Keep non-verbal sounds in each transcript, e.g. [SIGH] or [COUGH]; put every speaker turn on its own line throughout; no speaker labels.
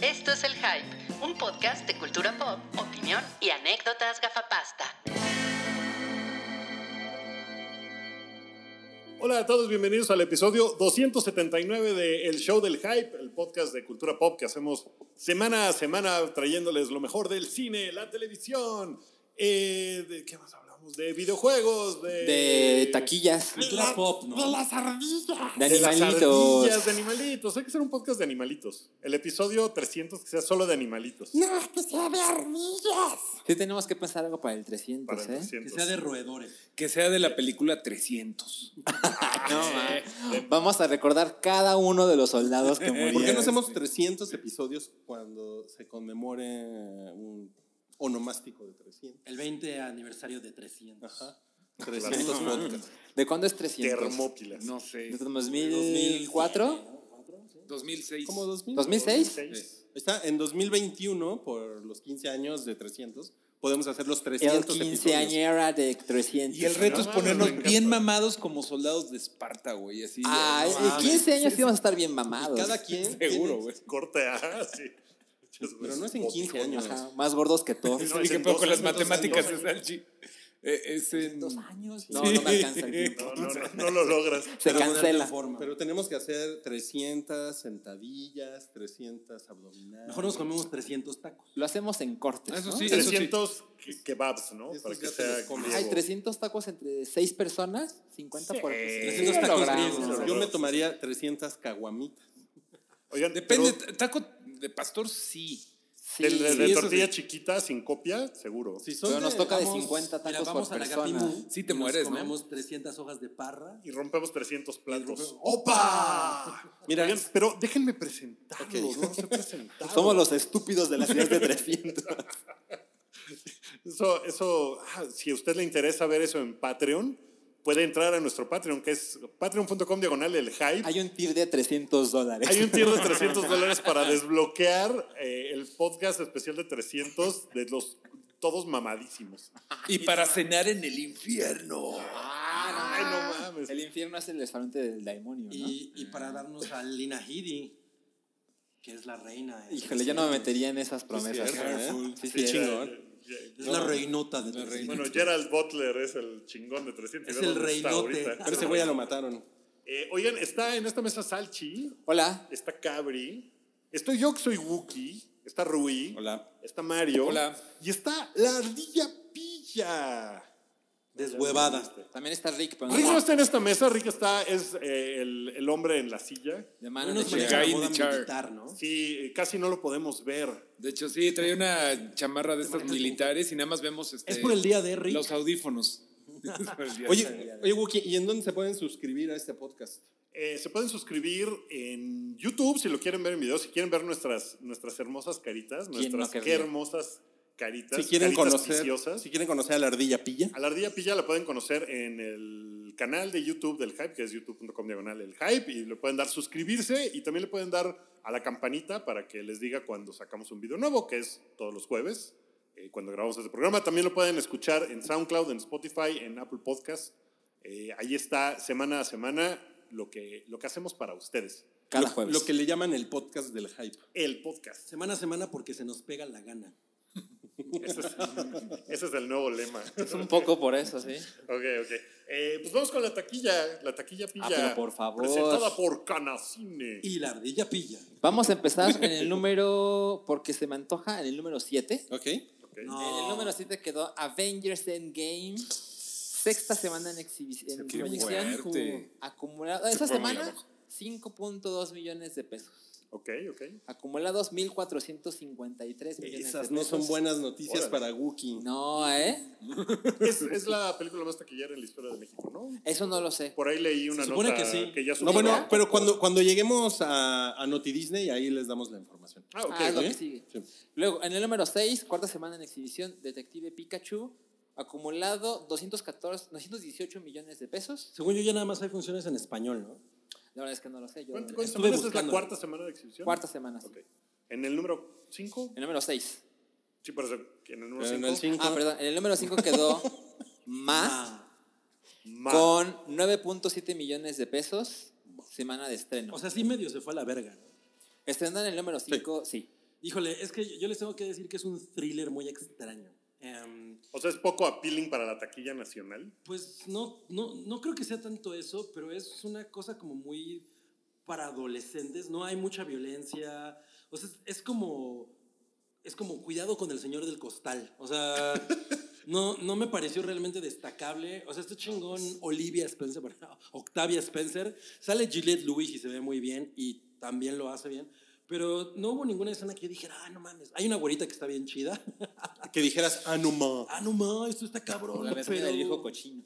Esto es El Hype, un podcast de cultura pop, opinión y anécdotas gafapasta.
Hola a todos, bienvenidos al episodio 279 de El Show del Hype, el podcast de cultura pop que hacemos semana a semana trayéndoles lo mejor del cine, la televisión, eh, de, ¿qué más hablamos? De videojuegos, de...
De taquillas.
Cultura pop, ¿no?
De
de las
animalitos.
ardillas, de animalitos. Hay que hacer un podcast de animalitos. El episodio 300 que sea solo de animalitos.
Sí, tenemos que pensar algo para el 300,
Para el
¿eh?
300.
Que sea de roedores.
Que sea de la película 300.
No, ma. Vamos a recordar cada uno de los soldados que murieron.
¿Por qué no hacemos 300 episodios cuando se conmemore un onomástico de 300?
El 20 aniversario de 300.
Ajá. 300
Claro.
podcasts.
¿De cuándo es 300?
Termópilas.
No sé.
¿De 2004?
2006.
¿Cómo 2000?
¿2006?
Sí.
Está en 2021, por los 15 años de 300, podemos hacer los
El
300 episodios.
quinceañera de 300.
Y el reto
No mames,
es
me
ponernos
encanta.
bien mamados como soldados de Esparta, güey. Así.
Ah,
no
en
mames.
15 años íbamos a estar bien mamados.
Cada
[LAUGHS]
quien.
Seguro,
tiene-
güey.
Corte A, sí.
Pero no es en 15 años.
Ajá, más gordos que todos.
[LAUGHS]
No,
Y
es
qué
en
pedo
dos
con las
años, dos
matemáticas
años.
es Salchi. Eh, es en.
Dos años. No,
Sí.
no me alcanza el
[LAUGHS]
tiempo.
No, no, no, no lo logras.
Se
Pero ponerle
cancela.
forma.
Pero tenemos que hacer 300 sentadillas, 300 abdominales.
Mejor nos comemos 300 tacos.
Lo hacemos en cortes.
Eso
¿no?
sí.
300 ke- kebabs, ¿no?
Esos
Para que
ya te los
sea
comes.
Hay
griego.
300 tacos entre 6 personas, 50 por persona.
300 tacos
Logramos.
griegos.
Yo me tomaría 300 caguamitas.
Oigan,
Depende.
pero
Taco de pastor, sí.
Sí,
de, de- de
sí, eso
tortilla
sí.
chiquita sin copia, seguro.
Si son
pero
de-
nos toca de
Vamos-
50
mira,
tacos
vamos
por
a la
persona.
Gatimú
Sí te
y nos
mueres, ¿no?
comemos 300 hojas de parra.
Y rompemos 300 platos.
[LAUGHS]
¡Opa!
Mira,
Oigan, pero déjenme presentarlos,
Ok.
no los he presentado.
Pues Somos los estúpidos de la ciudad de 300.
Eso, eso, ah, si a usted le interesa ver eso en Patreon, puede entrar a nuestro Patreon, que es patreon.com diagonal el hype.
[LAUGHS] Hay un tir de 300 dólares.
Hay un tier de
[LAUGHS]
300 dólares para desbloquear eh, el podcast especial de 300 de los todos mamadísimos.
Y para cenar en el infierno. Ah,
Ay, no mames.
El infierno es el restaurante del demonio, ¿no?
Y, y para darnos a Lina Hidi, que es la reina. eh.
Híjole, yo no me metería en esas promesas.
cierto,
¿eh?
¿eh?
Sí,
Qué
sí,
chingón.
Es la reinota de
La
300.
reina.
Bueno, Gerald Butler es el chingón de 300.
Es
Ve
el
dónde está
reinote.
ahorita.
pero ese güey ya lo mataron.
Eh, oigan, está en esta mesa Salchi,
Hola.
está Cabri, estoy yo que soy Wookie, está Rui,
Hola.
está Mario
Hola.
y está la ardilla pilla.
Deshuevada.
También está Rick, pero no
Rick no
está
está en esta mesa, Rick está, es eh, el, el hombre en la silla.
de
No
mano de
nos
Cher.
maneja
Guy
la
in
moda
the Char.
militar, ¿no?
Sí, eh, casi no lo podemos ver.
De hecho, sí, trae una chamarra de estas militares y nada más vemos este,
Es por el día de Rick.
los audífonos. [LAUGHS] Es por el día.
Oye, oye, Wookie, ¿y en dónde se pueden suscribir a este podcast?
Eh, se pueden suscribir en YouTube si lo quieren ver en video, si quieren ver nuestras, nuestras hermosas caritas,
¿Quién no
nuestras qué
querría?
hermosas caritas,
Si quieren
caritas
conocer,
viciosas.
si quieren conocer a la ardilla pilla.
A la ardilla pilla la pueden conocer en el canal de YouTube del Hype, que es youtube.com diagonal el Hype, y le pueden dar suscribirse y también le pueden dar a la campanita para que les diga cuando sacamos un video nuevo, que es todos los jueves, eh, cuando grabamos este programa. También lo pueden escuchar en SoundCloud, en Spotify, en Apple Podcast. Eh, ahí está semana a semana lo que, lo que hacemos para ustedes.
Cada
Lo,
jueves.
lo que le llaman el podcast del hype.
El podcast.
Semana a semana porque se nos pega la gana.
Ese es, [LAUGHS] ese es el nuevo lema.
Es un poco por eso, sí.
Ok, ok. Eh, pues vamos con la taquilla, la taquilla pilla.
pero por favor.
Presentada por Canacine.
Y la ardilla pilla.
Vamos a empezar en el número, porque se me antoja, en el número 7.
¿Ok?
Ok.
No.
En el número 7 quedó Avengers Endgame. Sexta semana en, exhibi- en
qué
proyección.
fuerte.
Acumulado. Esa
Fue muy
semana,
abajo.
5.2 millones de pesos.
Ok, ok.
Acumulados 1.453 millones
Esas
de
no
pesos.
son buenas noticias
Órale.
para Wookie.
No, ¿eh?
Es, es la película más taquillera en la historia de México, ¿no?
Eso no lo sé.
Por ahí leí una
supone
nota
que sí.
ya
No, bueno,
superó.
pero cuando, cuando lleguemos a, a Noti Disney, ahí les damos la información.
Ah, ok.
Ah, lo
¿ok?
que sigue.
Sí.
Luego, en el número 6, cuarta semana en exhibición, Detective Pikachu. Acumulado 214, 218 millones de pesos.
Según yo ya nada más hay funciones en español, ¿no?
La verdad es que no lo sé. Yo
¿Cuántas- cuántas
Estuve
semanas es la
buscando.
cuarta semana de exhibición?
Cuarta semana, sí.
Ok. ¿En el número 5?
El número 6.
Sí, pero en el número
En el
5.
cinco.
Ah, perdón. En el número 5 quedó Ma
Ah.
con 9.7 millones de pesos. Semana de estreno.
O sea, sí medio se fue a la verga. ¿no?
Estrenan el número 5, sí.
Híjole, es que yo les tengo que decir que es un thriller muy extraño. Em,
O sea, es poco appealing para la taquilla nacional.
Pues no, no, no creo que sea tanto eso, pero es una cosa como muy para adolescentes, no hay mucha violencia, o sea, es, es como, es como cuidado con el señor del costal,
[LAUGHS]
o sea, no, no me pareció realmente destacable, o sea, este chingón
pues.
Olivia Spencer, bueno, [LAUGHS] Octavia Spencer, sale Juliette Lewis y se ve muy bien y también lo hace bien, pero no hubo ninguna escena que yo dijera, ah, no mames, hay una güerita que está bien chida, [LAUGHS]
Que dijeras, ah, no ma".
ah, no mames, esto está cabrón,
La versión
pero-
del viejo cochino.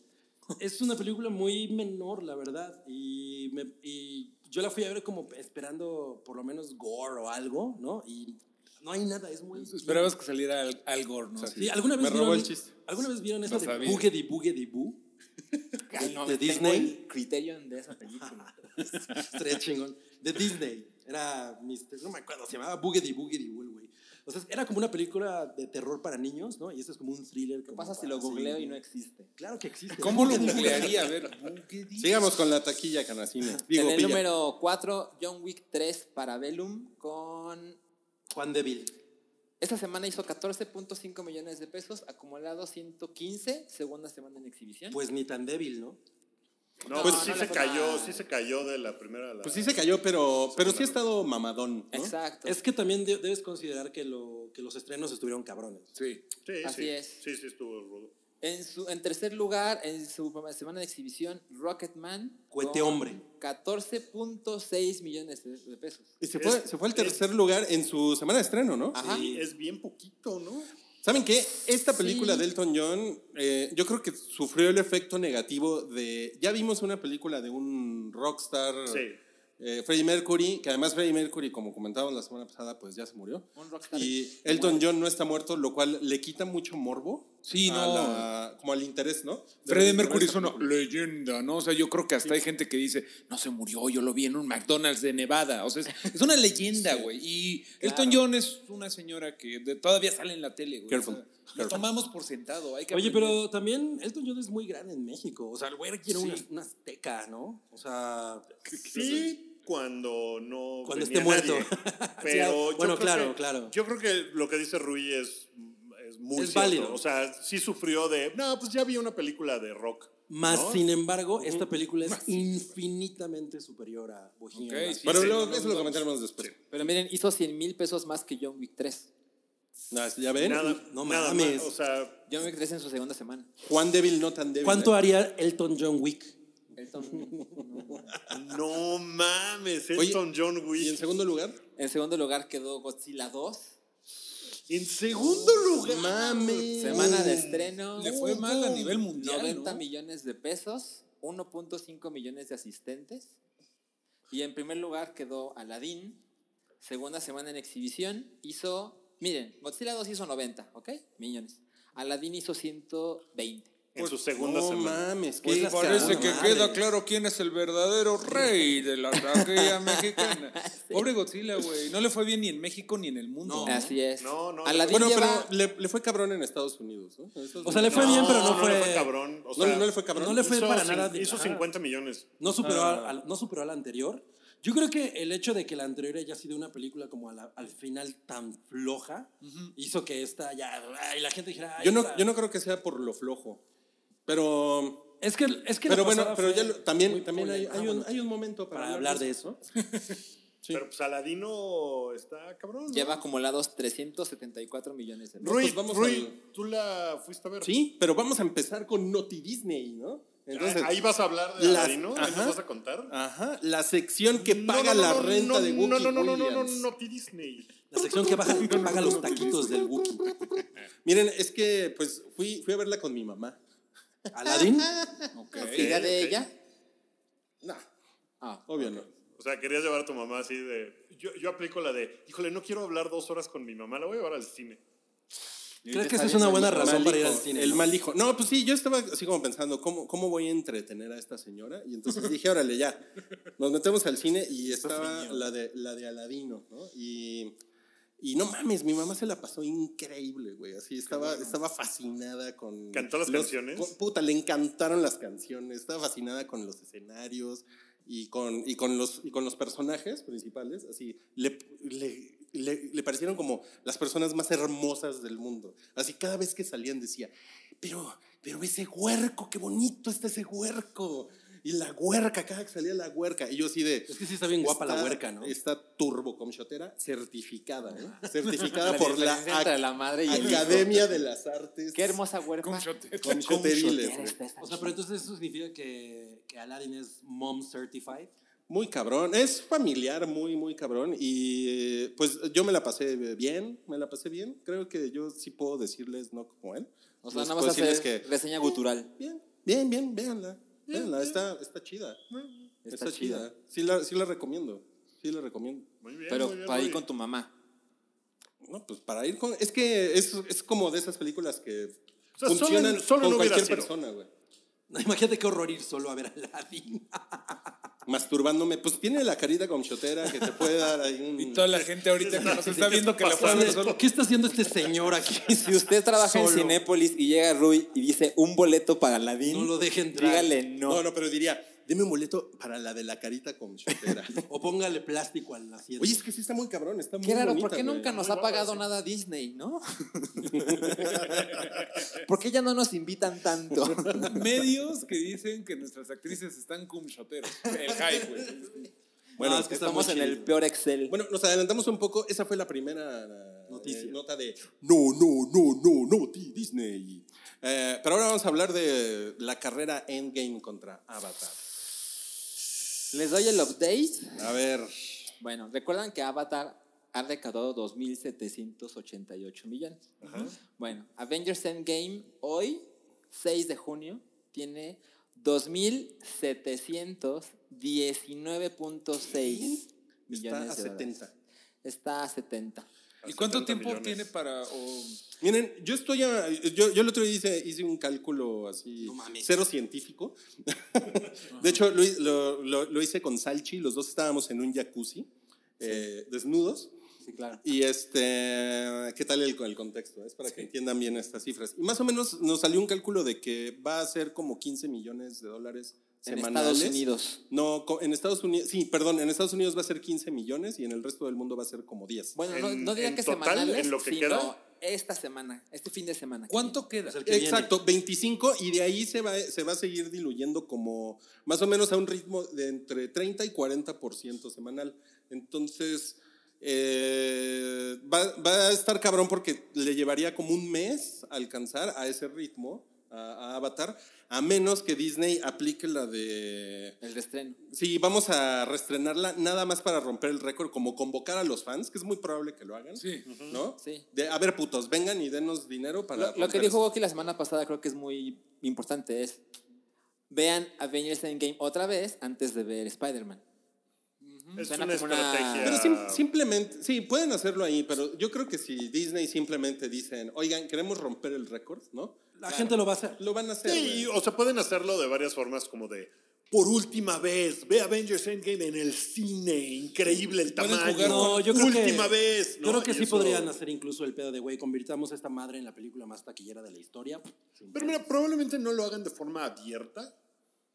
es una película muy menor, la verdad. Y, me- y yo la fui a ver como esperando por lo menos gore o algo, ¿no? Y no hay nada, es muy...
Esperabas que saliera al, al gore, ¿no?
Sí, ¿alguna vez
Me robó
vieron-
el chiste.
¿Alguna vez vieron esa
Lo
de
sabía.
Boogedy Boogedy Boo?
Ay, no,
¿De
tengo
Disney?
el Criterion de esa [LAUGHS] película.
Estaría chingón. De Disney. Era Mr. No me acuerdo, se llamaba Boogedy Boogedy Boo, el güey. O sea, era como una película de terror para niños, ¿no? Y esto es como un thriller.
¿Qué pasa si lo googleo y no existe?
Claro que existe. [LAUGHS]
¿Cómo lo googlearía? A ver, Boogedy.
Sigamos con la taquilla, canacina. Digo,
en el
Villa.
número 4, John Wick 3 para Bellum con...
Juan Devil.
Esta semana hizo 14.5 millones de pesos, acumulado 115, segunda semana en exhibición.
Pues ni tan débil, ¿no?
No,
No,
pues
no
sí
le
se
fue
cayó,
mal.
sí se cayó de la primera. a la-
Pues sí se cayó, pero, pero sí ha estado mamadón. ¿no?
Exacto.
Es que también de- debes considerar que, lo, que los estrenos estuvieron cabrones.
Sí.
Sí,
Así
sí.
es.
Sí, sí, estuvo rudo.
En, su, en tercer lugar, en su semana de exhibición, Rocketman.
Cuete
con
hombre.
14.6 millones de, de pesos.
Y se fue,
Es-
se fue al tercer lugar en su semana de estreno, ¿no?
Ajá.
Sí, es bien poquito, ¿no?
¿Saben qué? Esta película
Sí.
de Elton John, eh, yo creo que sufrió el efecto negativo de. Ya vimos una película de un rockstar,
Ah.
Sí.
eh, Freddie Mercury, que además Freddie Mercury, como comentábamos la semana pasada, pues ya se murió.
Un rockstar.
Y Elton John no está muerto, lo cual le quita mucho morbo.
Sí,
a
no.
la- como al interés, ¿no? De
Freddie
recuperar
Mercury es
esta
una
película.
leyenda, ¿no? O sea, yo creo que hasta hay gente que dice, no se murió, yo lo vi en un McDonald's de Nevada. O sea, es, es una leyenda, [LAUGHS] güey. Y Elton
Claro.
John es una señora que de- todavía sale en la tele, güey.
Careful,
O sea, Lo
careful.
tomamos por sentado. Hay que
Oye,
aprender.
pero también Elton John es muy grande en México. O sea, el güey quiere una, una azteca, ¿no? O sea,
Sí, cuando no.
Cuando
venía
esté muerto.
nadie.
Sí,
Pero yo
bueno,
creo
claro,
que-
claro.
Yo creo que lo que dice Rui es, es muy
Es
cierto.
válido.
O sea, sí sufrió de. No, pues ya vi una película de rock.
Más
¿no?
sin embargo, esta película es infinitamente superior a Bohemian.
Ok,
Rhapsody.
sí.
Bueno,
Sí,
luego-
no,
eso
no,
lo
no.
comentaremos después.
Pero miren, hizo 100 mil pesos más que John Wick 3.
Ah, ¿Ya ven?
Nada,
pues, No
nada
mames.
más, O sea,
John Wick 3 en su segunda semana.
Juan Débil no tan débil.
¿Cuánto
¿eh?
haría Elton John Wick?
[LAUGHS]
Elton-
no mames.
Oye,
Elton John
¿Y en
Wick.
segundo lugar?
en segundo lugar quedó Godzilla 2.
En segundo lugar.
Mames.
Semana de estreno.
Le fue mal a nivel mundial,
90
¿no?
millones de pesos, 1.5 millones de asistentes. Y en primer lugar quedó Aladdin. Segunda semana en exhibición hizo, miren, Godzilla 2 hizo 90, ¿ok? Millones. Aladdin hizo 120.
En su segunda
no
semana.
mames,
Pues
qué
parece
cabrón.
que
madres.
queda claro quién es el verdadero rey de la [LAUGHS] taquilla mexicana. Pobre Godzilla, güey. No le fue bien ni en México ni en el mundo. Ah,
No.
¿no?
Así es.
No, no,
Aladdin
Bueno,
lleva-
pero le, le fue cabrón en Estados Unidos, ¿no? Eso es
O sea, le fue
verdad.
bien, pero no,
le
fue.
cabrón. O
No,
sea,
no le fue cabrón.
No le fue
hizo
para
cin-
nada. de-
Hizo
Ajá.
50 millones.
No superó,
Ah.
a- al- no superó a la anterior. Yo creo que el hecho de que la anterior haya sido una película como a la- al final tan floja hizo que esta ya. Y la gente dijera. "Ay,
Yo no,
esta".
yo no creo que sea por lo flojo. Pero,
Es que, es que la
pero bueno,
pasada
pero
fue
ya lo- también,
muy
también hay,
polémica.
hay
Ah,
un,
bueno,
hay un momento para,
para hablar de eso.
Sí.
Pero pues Aladino está cabrón. ¿no?
lleva acumulados 374 millones de pesos.
Rui,
Pues vamos
Rui,
al-
tú la fuiste a ver.
Sí, pero vamos a empezar con Naughty Disney, ¿no? Entonces,
Ah, ahí vas a hablar de
las-
Aladino, ahí nos
ajá.
vas a contar.
ajá, la sección que
No,
paga
no, no,
la
no,
renta
no,
de Wookiee
No, no, no, no, no, no,
Williams.
no, no, que Disney.
La sección que
[LAUGHS]
baja, paga los taquitos del Wookiee.
Miren, es que pues fui, fui a verla con mi mamá.
Aladdin.
Ok.
¿Y la de
ok.
ella?
Nah,
Ah,
obvio no.
O sea, querías llevar a tu mamá así de. Yo, yo aplico la de, híjole, no quiero hablar dos horas con mi mamá, la voy a llevar al cine.
¿Crees que esa es una buena
El
razón
mal
para ir
hijo,
al cine?
El
no?
mal hijo. No, pues sí, yo estaba así como pensando, ¿cómo, cómo voy a entretener a esta señora? Y entonces dije, órale, ya. Nos metemos al cine y estaba
niño.
la de, la de Aladino, ¿no? Y, y no mames, mi mamá se la pasó increíble, güey. Así estaba, estaba fascinada con.
¿Cantó las
los-
canciones?
con- puta, le encantaron las canciones. Estaba fascinada con los escenarios y con, y con, los, y con los personajes principales. Así, le, le,
le, le parecieron como las personas más hermosas del mundo. Así cada vez que salían decía, pero, pero ese huerco, qué bonito está ese huerco. Y la huerca, cada que salía la huerca. Y yo así de...
Es que sí está bien guapa la
está-
huerca, ¿no?
Está turbo comshotera certificada, ¿eh?
[LAUGHS]
Certificada por la,
diferencia entre
ac-
la madre y el hijo.
Academia de las Artes.
Qué hermosa huerpa.
Con shotero.
comshoteriles, güey.
O sea, pero entonces eso significa que, que Aladdin es mom certified.
Muy cabrón, es familiar, muy, muy cabrón. Y eh, pues yo me la pasé bien, me la pasé bien. Creo que yo sí puedo decirles no como él.
O sea,
Les
nada
puedo
más hacer
decirles que
reseña gutural.
bien, bien, bien, véanla. véanla, Está, está chida. Está,
Está
chida.
chida.
Sí, la, sí la recomiendo. Sí la recomiendo.
Muy bien,
Pero
muy bien,
para
muy
ir
bien.
con tu mamá. [LAUGHS]
No, pues para ir con. Es que es, es como de esas películas que
O sea, solo
funcionan
en- solo en
con
hubiera
cualquier
sido.
persona, güey.
Imagínate qué horror ir solo a ver a Aladdin.
Masturbándome. Pues tiene la carita gomchotera que te puede dar ahí un.
[LAUGHS] Y toda la gente ahorita que nos está viendo que la fue a ver solo.
¿Qué está haciendo este señor aquí?
Si usted trabaja en
Solo.
Cinépolis y llega Rui y dice un boleto para Aladín,
No lo deje entrar.
dígale no.
No, no, pero diría, deme un boleto para la de la carita con [LAUGHS] chotera.
O póngale plástico al asiento.
Oye, es que sí está muy cabrón, está muy
Qué raro,
bonita,
¿por qué
güey.
nunca nos
Muy
ha
guapa,
pagado
sí.
nada Disney, no? ¿Por qué ya no nos invitan tanto?
Medios que dicen que nuestras actrices están cum shoteros. El hype, güey.
Bueno,
No, es que está
Ah, Estamos
muy
en
chido.
el peor Excel.
Bueno, nos adelantamos un poco, esa fue la primera eh,
Noticia.
nota de no, no, no, no, no, Di- Disney. Eh, pero ahora vamos a hablar de la carrera Endgame contra Avatar.
Les doy el update.
A ver,
Bueno, recuerdan que Avatar ha recaudado 2.788 millones. Bueno, Avengers Endgame hoy, 6 de junio, tiene 2.719.6
está a
millones de dólares.
70.
Está a 70.
¿Y cuánto
70
tiempo
millones.
tiene para.? o-
Miren, yo estoy a- yo, yo el otro día hice, hice un cálculo así,
No mames.
cero científico. [LAUGHS] de hecho, lo, hi- lo- lo- lo hice con Salchi, los dos estábamos en un jacuzzi, eh, desnudos.
Sí, claro.
Y este, ¿qué tal el, el contexto? Es para que entiendan bien estas cifras. Y más o menos nos salió un cálculo de que va a ser como 15 millones de dólares
En
semanales.
Estados Unidos.
No, co- en Estados Unidos, sí, perdón, en Estados Unidos va a ser 15 millones y en el resto del mundo va a ser como 10.
Bueno, no,
En-
no diría
en
que
total,
semanales,
en lo que
sino
queda.
esta semana, este fin de semana.
¿Cuánto queda?
O sea, el que
Exacto, 25 y de ahí se va, se va a seguir diluyendo como más o menos a un ritmo de entre 30 y 40% semanal. Entonces, eh, va, va a estar cabrón porque le llevaría como un mes alcanzar a ese ritmo, a, a Avatar, a menos que Disney aplique la de...
El restreno.
Sí, vamos a reestrenarla nada más para romper el récord, como convocar a los fans, que es muy probable que lo hagan.
Sí.
¿No?
Sí.
De, a ver, putos, vengan y denos dinero para.
Lo, lo que
romper
dijo Woki la semana pasada creo que es muy importante, es vean Avengers Endgame otra vez antes de ver Spider-Man.
Es
Suena
una
como una-
estrategia.
Pero sim- simplemente, sí, pueden hacerlo ahí, pero yo creo que si Disney simplemente dicen, oigan, queremos romper el récord, ¿no?
La gente lo va a hacer.
Lo van a hacer. güey.
Sí, o sea, pueden hacerlo de varias formas, como de por última vez, ve Avengers Endgame en el cine, increíble el
Pueden
tamaño.
jugar
No, yo creo
última
que,
vez.
Yo
¿no?
creo que
Y
sí
eso-
podrían hacer incluso el pedo de, güey, convirtamos a esta madre en la película más taquillera de la historia.
Pero mira, probablemente no lo hagan de forma abierta.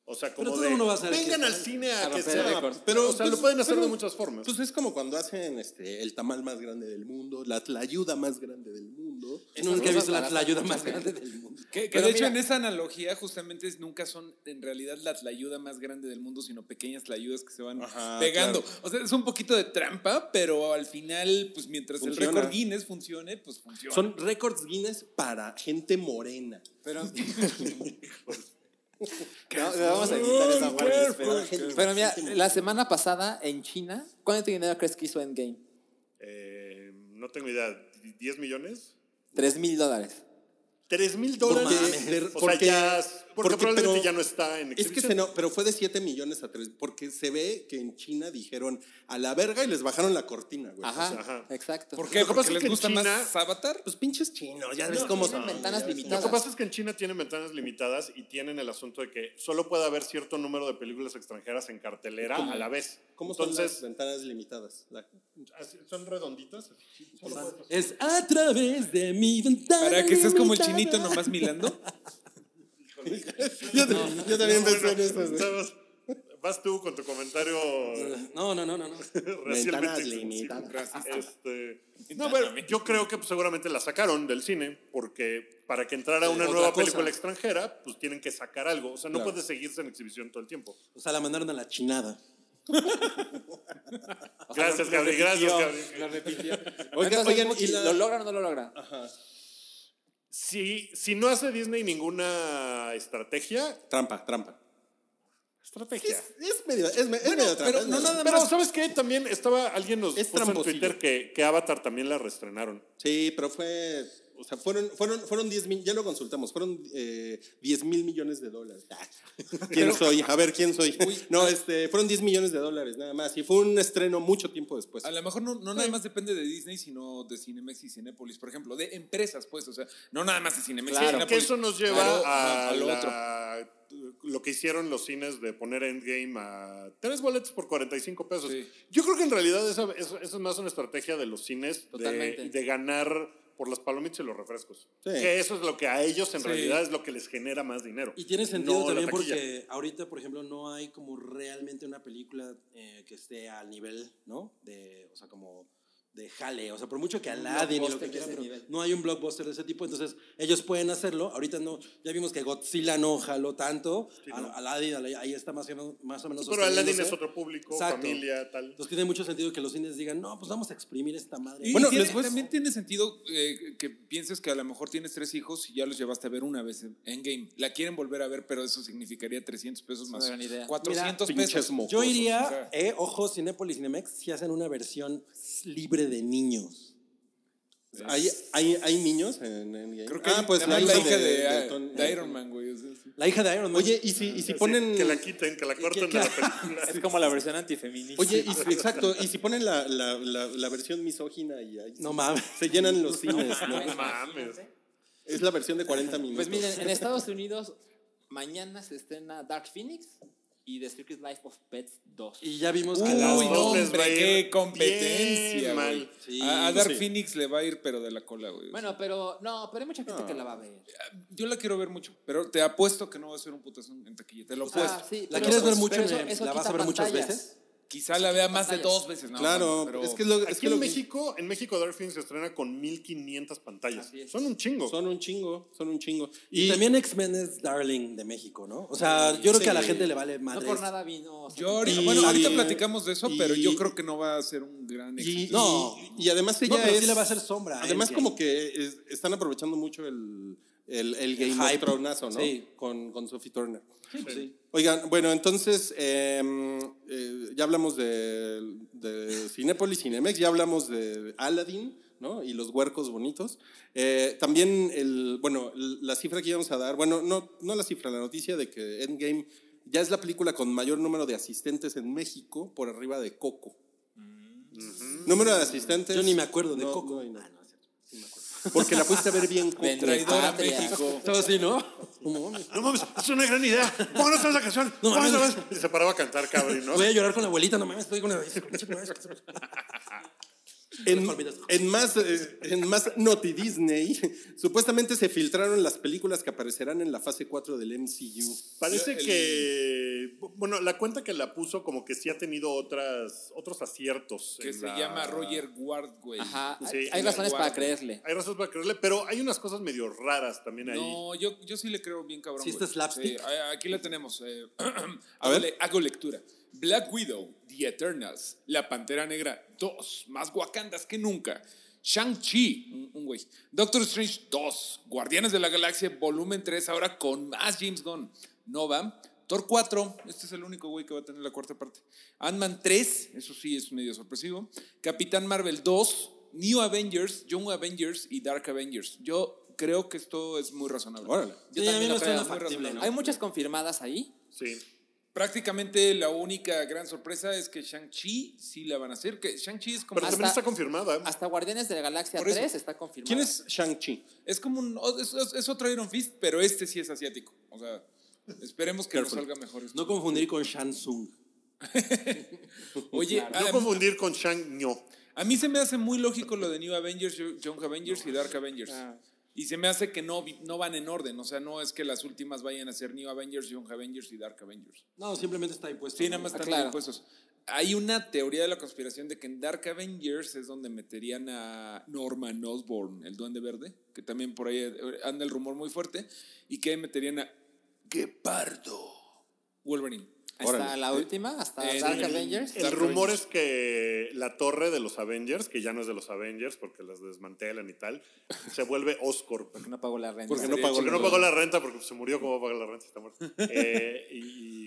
O sea, como
Pero todo
de.
el mundo va a saber
vengan
que-
al cine a,
a
que
romper
sea.
récords".
Pero, o sea,
Pues,
lo pueden hacer
pero-
de muchas formas.
Pues es como cuando hacen este, el tamal más grande del mundo, la tlayuda más grande del mundo.
Nunca he
cosas
visto la,
baratas
la ayuda
son
más
chafas.
grande del mundo.
Que, que
Pero
de hecho
mira-
en esa analogía justamente es- nunca son en realidad la tlayuda más grande del mundo, sino pequeñas tlayudas que se van
Ajá,
pegando.
claro.
O sea, es un poquito de trampa, pero al final, pues mientras
Funciona.
el récord Guinness funcione, pues funciona.
Son récords Guinness para gente morena.
Pero... No, le vamos a quitar esa
Ay,
parte,
qué
pero-
fuerte.
Pero mira, la semana pasada en China, ¿cuánto dinero crees que hizo Endgame?
Eh, no tengo idea. ¿10 millones?
3 mil dólares.
3 mil
Porque-
dólares.
de-
o
porque-
sea, ya, porque,
porque,
probablemente
pero-
ya no está en
Es que
exhibición.
se no, pero fue de 7 millones a 3, porque se ve que en China dijeron a la verga y les bajaron la cortina, güey. Pues, O sea,
Ajá,
ajá.
exacto.
¿Por qué?
Lo que
¿Porque
pasa es
les
que en
gusta
China-
más Avatar?
Pues pinches chinos, ya ves cómo
tienen
son.
ventanas
ya ves
limitadas.
Lo que pasa es que en China tienen ventanas limitadas y tienen el asunto de que solo puede haber cierto número de películas extranjeras en cartelera a la vez.
¿Cómo son
Entonces,
las ventanas limitadas? La-
así- son redonditas.
Es a través de mi ventana.
Para que seas como el
limitada.
chinito
[LAUGHS]
nomás milando.
yo, también pensé en eso.
Bueno, estamos- [LAUGHS] Vas tú con tu comentario
No, no, no, no. no.
racialmente
Ventanas
insensible.
limitadas. Ah,
Este, no, pero yo creo que pues, seguramente la sacaron del cine porque para que entrara una
otra
nueva
cosa.
película extranjera, pues tienen que sacar algo. O sea, no
Claro.
puede seguirse en exhibición todo el tiempo.
O sea, la mandaron a la chinada.
Gracias, Gabriel. Gracias, Gabriel.
Oigan,
Entonces,
oigan,
Buki,
y la-
¿lo logra o no lo logra?
Si, si no hace Disney ninguna estrategia,
Trampa, trampa.
estrategia.
Es, es medio, es, me- es medio trampa.
Pero,
es medio-
pues, pero ¿sabes qué? También estaba alguien nos
Es
puso en
tramposillo.
Twitter que, que Avatar también la reestrenaron.
Sí, pero fue. O sea, fueron, fueron, fueron 10 mil, ya lo consultamos, fueron eh, 10 mil millones de dólares. Ah, ¿Quién soy? A ver, ¿quién soy? no, este, fueron 10 millones de dólares nada más. Y fue un estreno mucho tiempo después.
A lo mejor no, no nada más depende de Disney, sino de Cinemex y Cinépolis, por ejemplo, de empresas, pues, o sea, no pues, nada más de Cinemex y
Claro, que
Cinépolis.
eso nos lleva
Claro,
a,
ajá, a lo
la-
otro.
lo que hicieron los cines de poner Endgame a tres boletos por 45 pesos.
Sí.
Yo creo que en realidad esa, esa- esa es más una estrategia de los cines de,
Totalmente.
de ganar por las palomitas y los refrescos.
Sí.
Que eso es lo que a ellos en
Sí.
realidad es lo que les genera más dinero.
Y tiene sentido
No la
también
taquilla.
porque ahorita, por ejemplo, no hay como realmente una película eh, que esté al nivel, ¿no? De, o sea, como de jale. O sea, por mucho que
Un
Aladdin y lo
blockbuster de
que quieran,
ese
pero
nivel.
no hay un blockbuster de ese tipo. Entonces, ellos pueden hacerlo. Ahorita no. Ya vimos que Godzilla no jaló tanto. Al- Aladdin, al- ahí está más, o menos- más o menos.
Pero Aladdin
sosteniéndose.
es otro público,
¿eh? Exacto.
familia, tal.
Entonces, tiene mucho sentido que los cines digan, no, pues vamos a exprimir esta madre.
Y
Bueno,
tiene-
después-
también tiene sentido eh, que pienses que a lo mejor tienes tres hijos y ya los llevaste a ver una vez en Endgame. La quieren volver a ver, pero eso significaría 300 pesos
una
más.
gran idea.
400
Pinches
pesos.
mocosos.
Yo iría,
o sea.
eh, ojo, Cinépolis Cinemex, si hacen una versión libre de niños.
¿Hay, hay, hay niños en Endgame?
Creo que
ah, pues
la hija de, ah,
de Tony-
de Iron Man, güey. o sea, sí.
La hija de Iron Man.
Oye, y si, y si
Sí,
ponen.
que la quiten, que la corten de la película.
Es como la versión antifeminista.
Oye, y si- exacto, y si ponen la, la, la, la versión misógina y ahí
no mames.
se llenan los cines, ¿no?
No mames.
Es la versión de 40 minutos.
Pues miren, en Estados Unidos mañana se estrena Dark Phoenix y The Secret Life of Pets 2.
Y ya vimos que
Uy,
las
no,
dos
dos-
les va a
hombre,
ir
qué
bien
competencia.
mal.
güey.
Sí,
a, a
pues
Dark
sí.
Phoenix le va a ir, pero de la cola, güey.
Bueno, pero no, pero hay mucha gente que la va a ver.
Yo la quiero ver mucho, pero te apuesto que no va a ser un putazón en taquilla. Te lo
O sea,
apuesto.
sí,
¿La
pero
quieres
eso-
ver mucho
pero
en-
eso- eso
la vas a
quita
ver muchas
pantallas.
veces?
Quizá la vea más de
pantallas.
dos veces. No,
claro,
bueno, pero-
es que es lo, es
Aquí
que lo
en
que-
México, en México Dark Phoenix se estrena con 1500 pantallas.
Así es.
Son un chingo.
son un chingo, son un chingo.
Y, también X-Men es Darling de México, ¿no? O sea, yo creo
Sí.
que a la gente le vale madre.
No por nada vino.
Yo ahorita-
Y-
bueno, ahorita platicamos de eso, pero yo
y-
creo que no va a ser un gran
Y,
éxito.
No.
y, y además ella
No, pero
es,
sí le va a hacer sombra. ¿eh? a
Además,
Endgame.
como que es- están aprovechando mucho el, el, el Game of
hype.
Thronesazo, ¿no?
Sí. pues
Con, con Sophie Turner.
Sí.
Oigan, bueno, entonces eh, eh, ya hablamos de, de Cinépolis, Cinemex, ya hablamos de Aladdin, ¿no? Y los huercos bonitos. Eh, también, el, bueno, l- la cifra que íbamos a dar, bueno, no, no la cifra, la noticia de que Endgame ya es la película con mayor número de asistentes en México por arriba de Coco. Número de asistentes.
Mm. Yo ni me acuerdo de
No,
Coco.
no, no.
Ah, no, es cierto.
Porque la fuiste a ver bien Coco.
Traidor a
Patria.
México.
Ah, Todo así, ¿no?
No mames, es una gran idea. Pónganos toda la canción.
No
Pónganos
mames.
toda la- Y se paraba a cantar, cabrón, ¿no?
Voy a llorar con la abuelita, [LAUGHS] no mames, estoy con la...
En,
Mejor olvidas.
en más, eh, en más Naughty Disney, supuestamente se filtraron las películas que aparecerán en la fase 4 del MCU.
Parece
Yo, el-
que, bueno, la cuenta que la puso como que sí ha tenido otras, otros aciertos.
Que
en
se
la-
llama Roger Ward, güey.
Ajá,
Sí,
hay-
y
hay
la
razones para
guardo.
creerle.
Hay razones para creerle, pero hay unas cosas medio raras también ahí.
No, yo, yo sí le creo bien cabrón.
¿Sí está
güey.
slapstick?
Sí, a- aquí la tenemos. eh, [CLEARS THROAT]
A
hago
ver.
le- Hago lectura. Black Widow, The Eternals, La Pantera Negra 2, más Wakandas que nunca. Shang-Chi, un- un güey. Doctor Strange 2, Guardianes de la Galaxia, volumen 3, ahora con más James Gunn. Nova, Thor 4, este es el único güey que va a tener la cuarta parte. Ant-Man 3, eso sí es medio sorpresivo. Capitán Marvel 2, New Avengers, Young Avengers y Dark Avengers. Yo creo que esto es muy razonable.
Órale.
Yo
Sí, a mí
también lo
me
creo,
suena
muy
factible,
razonable.
¿no?
Hay muchas confirmadas ahí.
Sí.
Prácticamente la única gran sorpresa es que Shang-Chi sí la van a hacer. Que Shang-Chi es como,
Pero también
Hasta-
está confirmada.
Hasta Guardianes de la Galaxia
Por eso.
3 está confirmado.
¿Quién es Shang-Chi?
es como un. oh, Es, es- es otro Iron Fist, pero este sí es asiático. O sea, esperemos que nos
Careful.
salga mejor. este esto.
No confundir con Shansung.
Oye,
No
a-
confundir con Shang Ño.
a, mí se me hace muy lógico lo de New Avengers, Young Avengers y Dark Avengers. Y se me hace que no, vi- no van en orden. O sea, no es que las últimas vayan a ser New Avengers, Young Avengers y Dark Avengers.
No, simplemente está ahí puesto.
Sí, nada más
Ah,
están
claro.
impuestos. Hay una teoría de la conspiración de que en Dark Avengers es donde meterían a Norman Osborn, el Duende Verde, que también por ahí eh, anda el rumor muy fuerte, y que ahí meterían a Gepardo Wolverine.
Hasta
Órale.
la última, hasta
Eh,
Dark
el-
Avengers.
El
Dark
rumor
Avengers.
es que la torre de los Avengers, que ya no es de los Avengers porque las desmantelan y tal, se vuelve Oscorp.
No pagó la renta.
Porque
no
Sería
pagó, porque no
chingón.
pagó la renta porque se murió, ¿cómo va a pagar la renta si está [LAUGHS] muerto? Eh, y,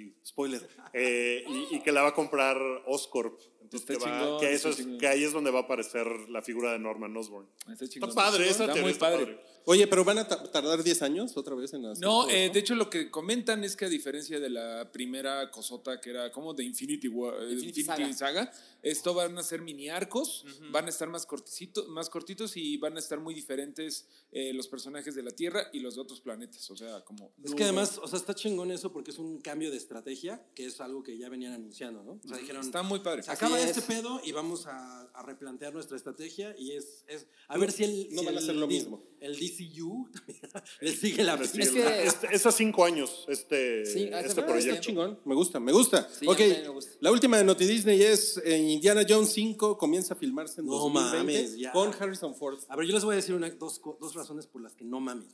y- spoiler. Eh, y, y que la va a comprar Oscorp. Entonces,
Está
que, va-
chingón,
que eso
está
es-
chingón.
que ahí es donde va a aparecer la figura de Norman Osborn.
Está,
Está
chingón.
padre, esa
Está
teoría
muy
está
padre.
Oye, pero van a ta- tardar 10 años otra vez en hacer
No,
todo
eh,
eso?
de hecho lo que comentan es que a diferencia de la primera cosota que era como de Infinity, War, eh,
Infinity
Infinity Saga. esto van a ser mini arcos, van a estar más, corticitos más cortitos y van a estar muy diferentes eh, los personajes de la Tierra y los de otros planetas. O sea, como...
Es que además, o sea, está chingón eso porque es un cambio de estrategia, que es algo que ya venían anunciando, ¿no? O sea, dijeron,
Está muy padre.
se acaba
Así
este
es.
pedo y vamos a, a replantear nuestra estrategia y es, es a ver si el
no
si
van a
el
hacer lo
D-
mismo.
El DCU [LAUGHS] también le sigue la
Sí,
Es
el-
que-
este- es a cinco años este,
Sí, hace
este
más
Está
proyecto.
chingón, me gusta, me gusta.
Sí,
ok,
a mí también me gusta.
la última de Naughty Disney es eh, Indiana Jones 5 comienza a filmarse en
No
2020
mames, ya.
con Harrison Ford.
A ver, yo les voy a decir una- dos, co- dos razones por las que no mames.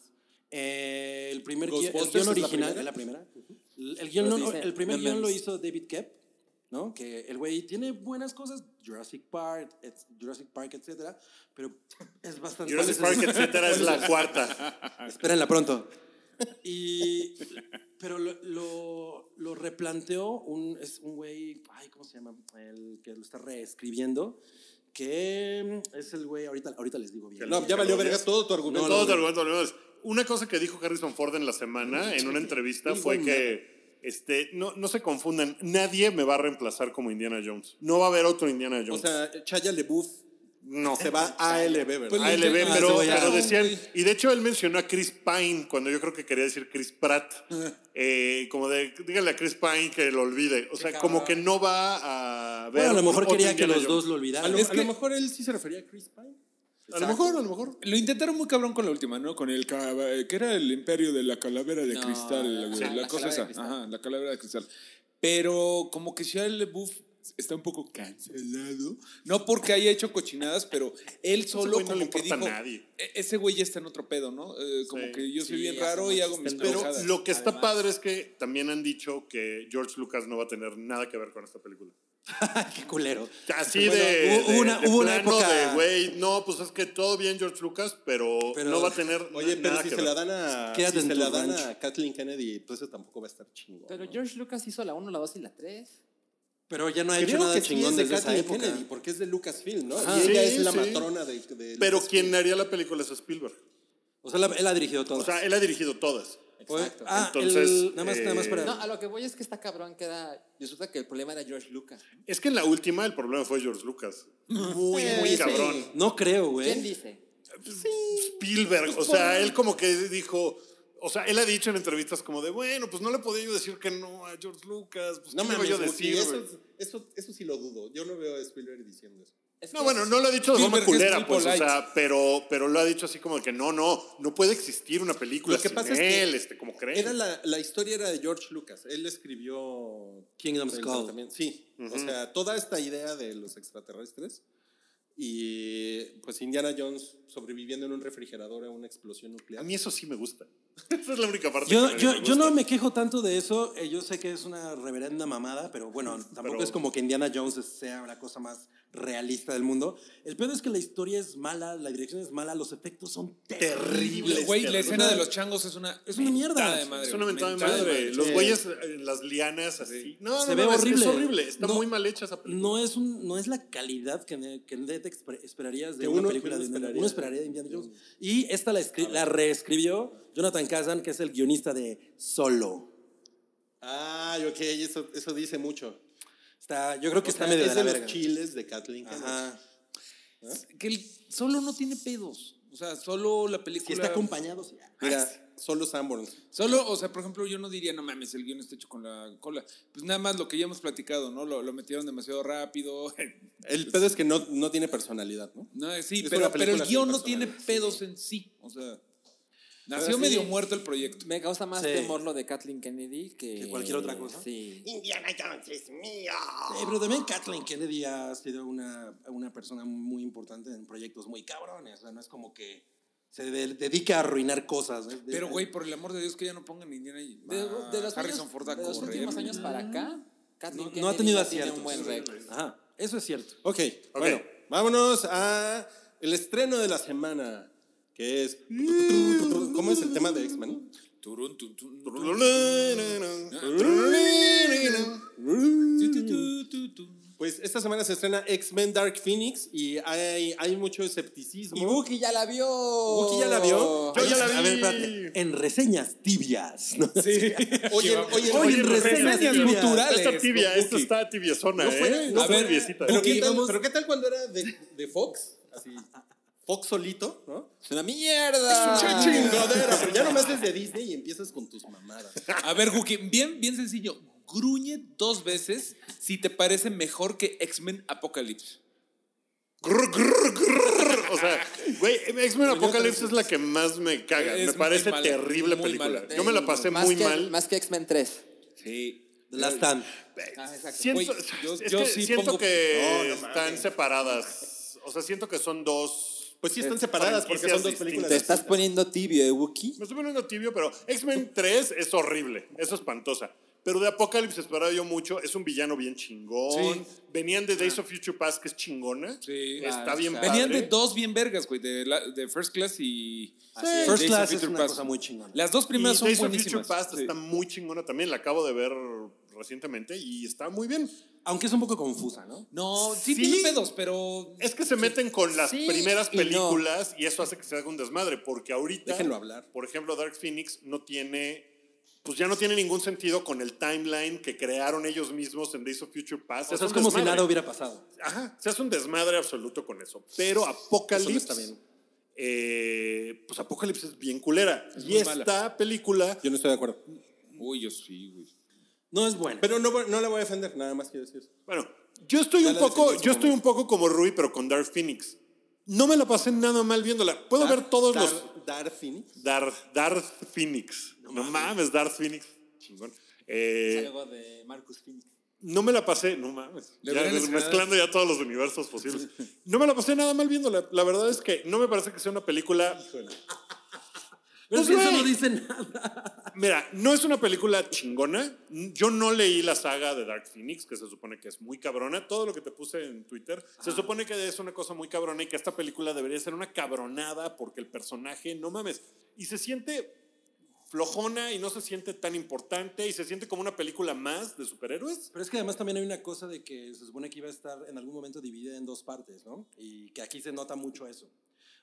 Eh, el primer guion- el
¿Ghostbusters
guión
es la
original,
primera?
¿es la primera? El, el guión
Pero
no-
dice,
el primer
no
guión lo
mames.
hizo David Kep, ¿no? Que el güey tiene buenas cosas, Jurassic Park, et- Jurassic Park, etcétera, pero es bastante
Jurassic Park, etcétera, es la cuarta.
[LAUGHS] Espérenla pronto. Y, pero lo, lo, lo replanteó un, es un güey, ay, ¿cómo se llama? El que lo está reescribiendo, que es el güey, ahorita, ahorita les digo bien.
No, ya valió verga todo tu
Con
argumento.
todo
güey.
el argumento, el argumento. Una cosa que dijo Harrison Ford en la semana, en una entrevista, fue que este, no, no se confundan, nadie me va a reemplazar como Indiana Jones. No va a haber otro Indiana
o
Jones.
sea, Chaya LeBouf
no. [LAUGHS]
se va a ALB, ¿verdad?
Pues,
ALB,
Ah,
pero,
se va a-
pero decían, y de hecho él mencionó a Chris Pine cuando yo creo que quería decir Chris Pratt,
Ah.
Eh, como de, dígale a Chris Pine que lo olvide, o sea, como que no va a haber
Bueno, a lo mejor
otro
quería que
Indiana
los dos
Jones.
lo
a
olvidaran.
lo,
Es
a
que-
lo mejor él sí se refería a Chris Pine.
A lo mejor, a lo mejor.
Lo intentaron muy cabrón con la última, ¿no? Con el ca- eh, que era el imperio de la calavera de
No,
cristal, güey,
ajá,
la,
la calavera
cosa
de
esa,
cristal.
ajá, la calavera de cristal. Pero como que Shia LaBeouf está un poco cancelado, no porque haya hecho cochinadas, pero él solo
güey no
como
le
que
importa
dijo,
a nadie.
"E- ese güey ya está en otro pedo, ¿no? Eh, como
Sí.
que yo soy
Sí,
bien
hace
raro y
muchas
hago mis
Pero
pendejadas.
lo que está
Además-
padre es que también han dicho que George Lucas no va a tener nada que ver con esta película.
qué culero.
Así
Bueno,
de,
hubo
de-
una-
de
hubo una
plano
época-
de, güey, no, pues es que todo bien George Lucas, pero,
Pero-
no va a tener
Oye,
na- Pues,
pero
nada
si
que
se la
ver.
dan a,
Quédate
si
en
se
tu
la dan
rancho.
a Kathleen Kennedy, entonces tampoco va a estar chingón.
Pero
¿no?
George Lucas hizo la 1, la 2 y la 3.
Pero ya no ha hecho
Creo
nada
que sí
chingón
es de
desde esa
Kathleen
época.
Kennedy, porque es de Lucasfilm, ¿no?
Ajá.
y ella
Sí,
es la
sí.
matrona de, de
Pero
Lucasfilm.
quien haría la película es Spielberg.
O sea, la- él ha dirigido todo.
O sea, él ha dirigido todas.
Exacto.
ah,
Entonces,
el- nada más, nada más
eh,
para.
No, a lo que voy es que está cabrón que era. Resulta que el problema era George Lucas.
Es que en la última el problema fue George Lucas. Muy, muy
sí.
cabrón.
no creo,
¿Quién
güey.
dice?
Spielberg,
Pues
o sea, él como que dijo... O sea, él ha dicho en entrevistas como de, bueno, pues no le podía yo decir que no a George Lucas. Pues,
No
¿qué
me
le voy
voy
a decir, güey?
eso, eso, eso sí lo dudo. Yo no veo a Spielberg diciendo eso.
Es
No,
que-
bueno, no lo ha dicho de forma
Spielberg es
culera,
tipo
pues, o
light.
sea, pero, pero lo ha dicho así como que no, no, no puede existir una película
Lo que
sin
pasa es que
él, este, como creen.
Era la, la historia era de George Lucas. Él escribió
Kingdom
el
Skull.
tratamiento. Sí, o sea, toda esta idea de los extraterrestres y pues Indiana Jones sobreviviendo en un refrigerador a una explosión
A
nuclear.
mí eso sí me gusta. [LAUGHS] Esa es la única parte que
Yo,
me
yo, yo
gusta.
no me quejo tanto de eso. eh, yo sé que es una reverenda mamada, pero bueno, tampoco
Pero-
es como que Indiana Jones sea la cosa más realista del mundo. El pedo es que la historia es mala, la dirección es mala, los efectos son terribles.
Terrible.
Güey, la
terrible.
escena de los changos es una
Es una mierda.
mentada de madre,
Es una
güey,
mentada de
mentada de
madre.
madre.
Los güeyes en las lianas así. No,
Se
no,
ve
no, es-
horrible.
Es, horrible. Está
No.
muy mal hecha esa película.
No es, un, no es la calidad que, ne- que ne- te expre- esperarías de
Que
una
uno-
película
que
de
uno
Indiana
esperaría.
Uno esperaría de Indiana Jones. Y esta la, escri- la reescribió Jonathan Kazan, que es el guionista de Solo.
Ay, ok, eso, eso dice mucho.
Está, yo creo que
O
está
sea,
medio
es
de la
de
verga.
los chiles de Kathleen Kennedy.
Ajá.
Que el solo no tiene pedos. O sea, solo la película...
Si está acompañado, sí.
Mira, solo Sanborns.
Solo, o sea, por ejemplo, yo no diría, no mames, el guión está hecho con la cola. Pues nada más lo que ya hemos platicado, ¿no? Lo, lo metieron demasiado rápido. [LAUGHS]
El pedo es que no, no tiene personalidad, ¿no?
No, eh, sí,
Es
pero,
una
pero el
película
guión
sin
no tiene
personajes.
pedos en sí. O sea, Nació
Pero sí.
medio muerto el proyecto.
Me causa más
Sí.
temor lo de Kathleen Kennedy que,
¿Que cualquier otra cosa?
Sí.
Indiana Jones es mío.
Sí, pero también Kathleen Kennedy ha sido una, una persona muy importante en proyectos muy cabrones. O sea, no es como que se de- dedica a arruinar cosas. ¿eh? De-
Pero, güey, por el amor de Dios, que ya no pongan Indiana y
De, de los,
Harrison
años-
Ford a
de los
correr.
últimos años para acá, Kathleen
no,
Kennedy
no ha tenido
ya tiene
aciertos.
un buen récord.
Ajá, eso es cierto.
ok, bueno, vámonos a el estreno de la semana, que es... ¿Cómo es el tema de X-Men?
Turun, tun, tun, tun, tu, tu, tu.
Pues esta semana se estrena X-Men Dark Phoenix y hay, hay mucho escepticismo.
Y Buki ya la vio.
Buki ya la vio.
Yo ya la
A ver,
vi.
espérate. En reseñas tibias. ¿no?
Oye, oye,
Oye,
oye,
reseñas
reseñas
culturales.
culturales.
Esta tibia,
con
esta
Buki.
está tibiezona,
No fue-
¿eh?
no
No
fue-
fue tibiecita.
Pero,
¿eh?
¿qué tal,
vamos-
pero qué tal cuando era de, de Fox? Así, Fox solito, ¿no?
Es una mierda.
Chingadera, pero ya nomás es de Disney y empiezas con tus mamadas.
A ver, Guki, bien, bien sencillo. Gruñe dos veces si te parece mejor que X-Men Apocalypse.
Grr, grr, grr. O sea, güey, X-Men Apocalypse es la que más me caga.
Pues Es
Me parece
muy mala,
terrible
muy
película.
mala.
Yo me la pasé
Más
muy
que-
mal.
Más que X-Men 3.
Sí.
The Last Stand.
Ah, exacto.
Siento,
Güey, yo-
es
yo
que
sí
siento
pongo-
que
No, no
están separadas. O sea, siento que son dos.
Pues sí, están separadas porque son dos
franquicias
películas.
Te estás poniendo tibio, ¿eh, Wookie?
Me estoy poniendo tibio, pero X-Men 3 es horrible, es espantosa. Pero de Apocalypse esperaba yo mucho, es un villano bien chingón.
Sí. Ah.
Venían de Days of Future Past, que es chingona.
Sí. ah,
Está
Claro,
bien
claro.
padre.
Venían de dos bien vergas, güey, de, la- de First Class y...
es.
y
First
Days of
Class es
Future
una
Past.
cosa muy chingona.
Las dos
Y
primeras son
Days of Future
buenísimas.
Past
Sí.
está muy chingona también, la acabo de ver recientemente y está muy bien.
Aunque es un poco confusa, ¿no?
No, sí,
Sí.
tiene pedos, pero...
Es que se meten con las
Sí
primeras
y no.
películas y eso hace que se haga un desmadre, porque ahorita,
Déjenlo hablar.
por ejemplo, Dark Phoenix no tiene, pues ya no tiene ningún sentido con el timeline que crearon ellos mismos en Days of Future Past.
O sea, es
un
como si
desmadre.
nada hubiera pasado.
Ajá, se hace un desmadre absoluto con eso. Pero Apocalypse.
Eso no está bien.
eh, pues Apocalypse es bien culera. y
muy
esta
mala.
película.
Yo no estoy de acuerdo.
Uy, yo sí, güey.
No es buena.
Pero no, voy- no la voy a defender, nada más quiero decir eso.
Bueno, yo estoy
Ya
un
la
poco,
defendí en su
yo estoy
momento.
un poco como Rui, pero con Dark Phoenix. No me la pasé nada mal viéndola. Puedo ver todos
Dar-
los.
Dar Phoenix.
Dar, Darth Phoenix. No, mames, Darth Phoenix. Chingón. Eh,
Algo de Marcus Phoenix.
no me la pasé, no mames.
Le
Ya
hubieran
ves,
estrenado-
mezclando ya todos los universos posibles. No me la pasé nada mal viéndola. La verdad es que no me parece que sea una película
Pero
pues,
si eso
güey.
no dice nada.
Mira, no es una película chingona. Yo no leí la saga de Dark Phoenix, que se supone que es muy cabrona. Todo lo que te puse en Twitter, se supone que es una cosa muy cabrona y que esta película debería ser una cabronada porque el personaje, no mames, y se siente flojona y no se siente tan importante y se siente como una película más de superhéroes.
Pero es que además también hay una cosa de que se supone que iba a estar en algún momento dividida en dos partes, ¿no? Y que aquí se nota mucho eso. O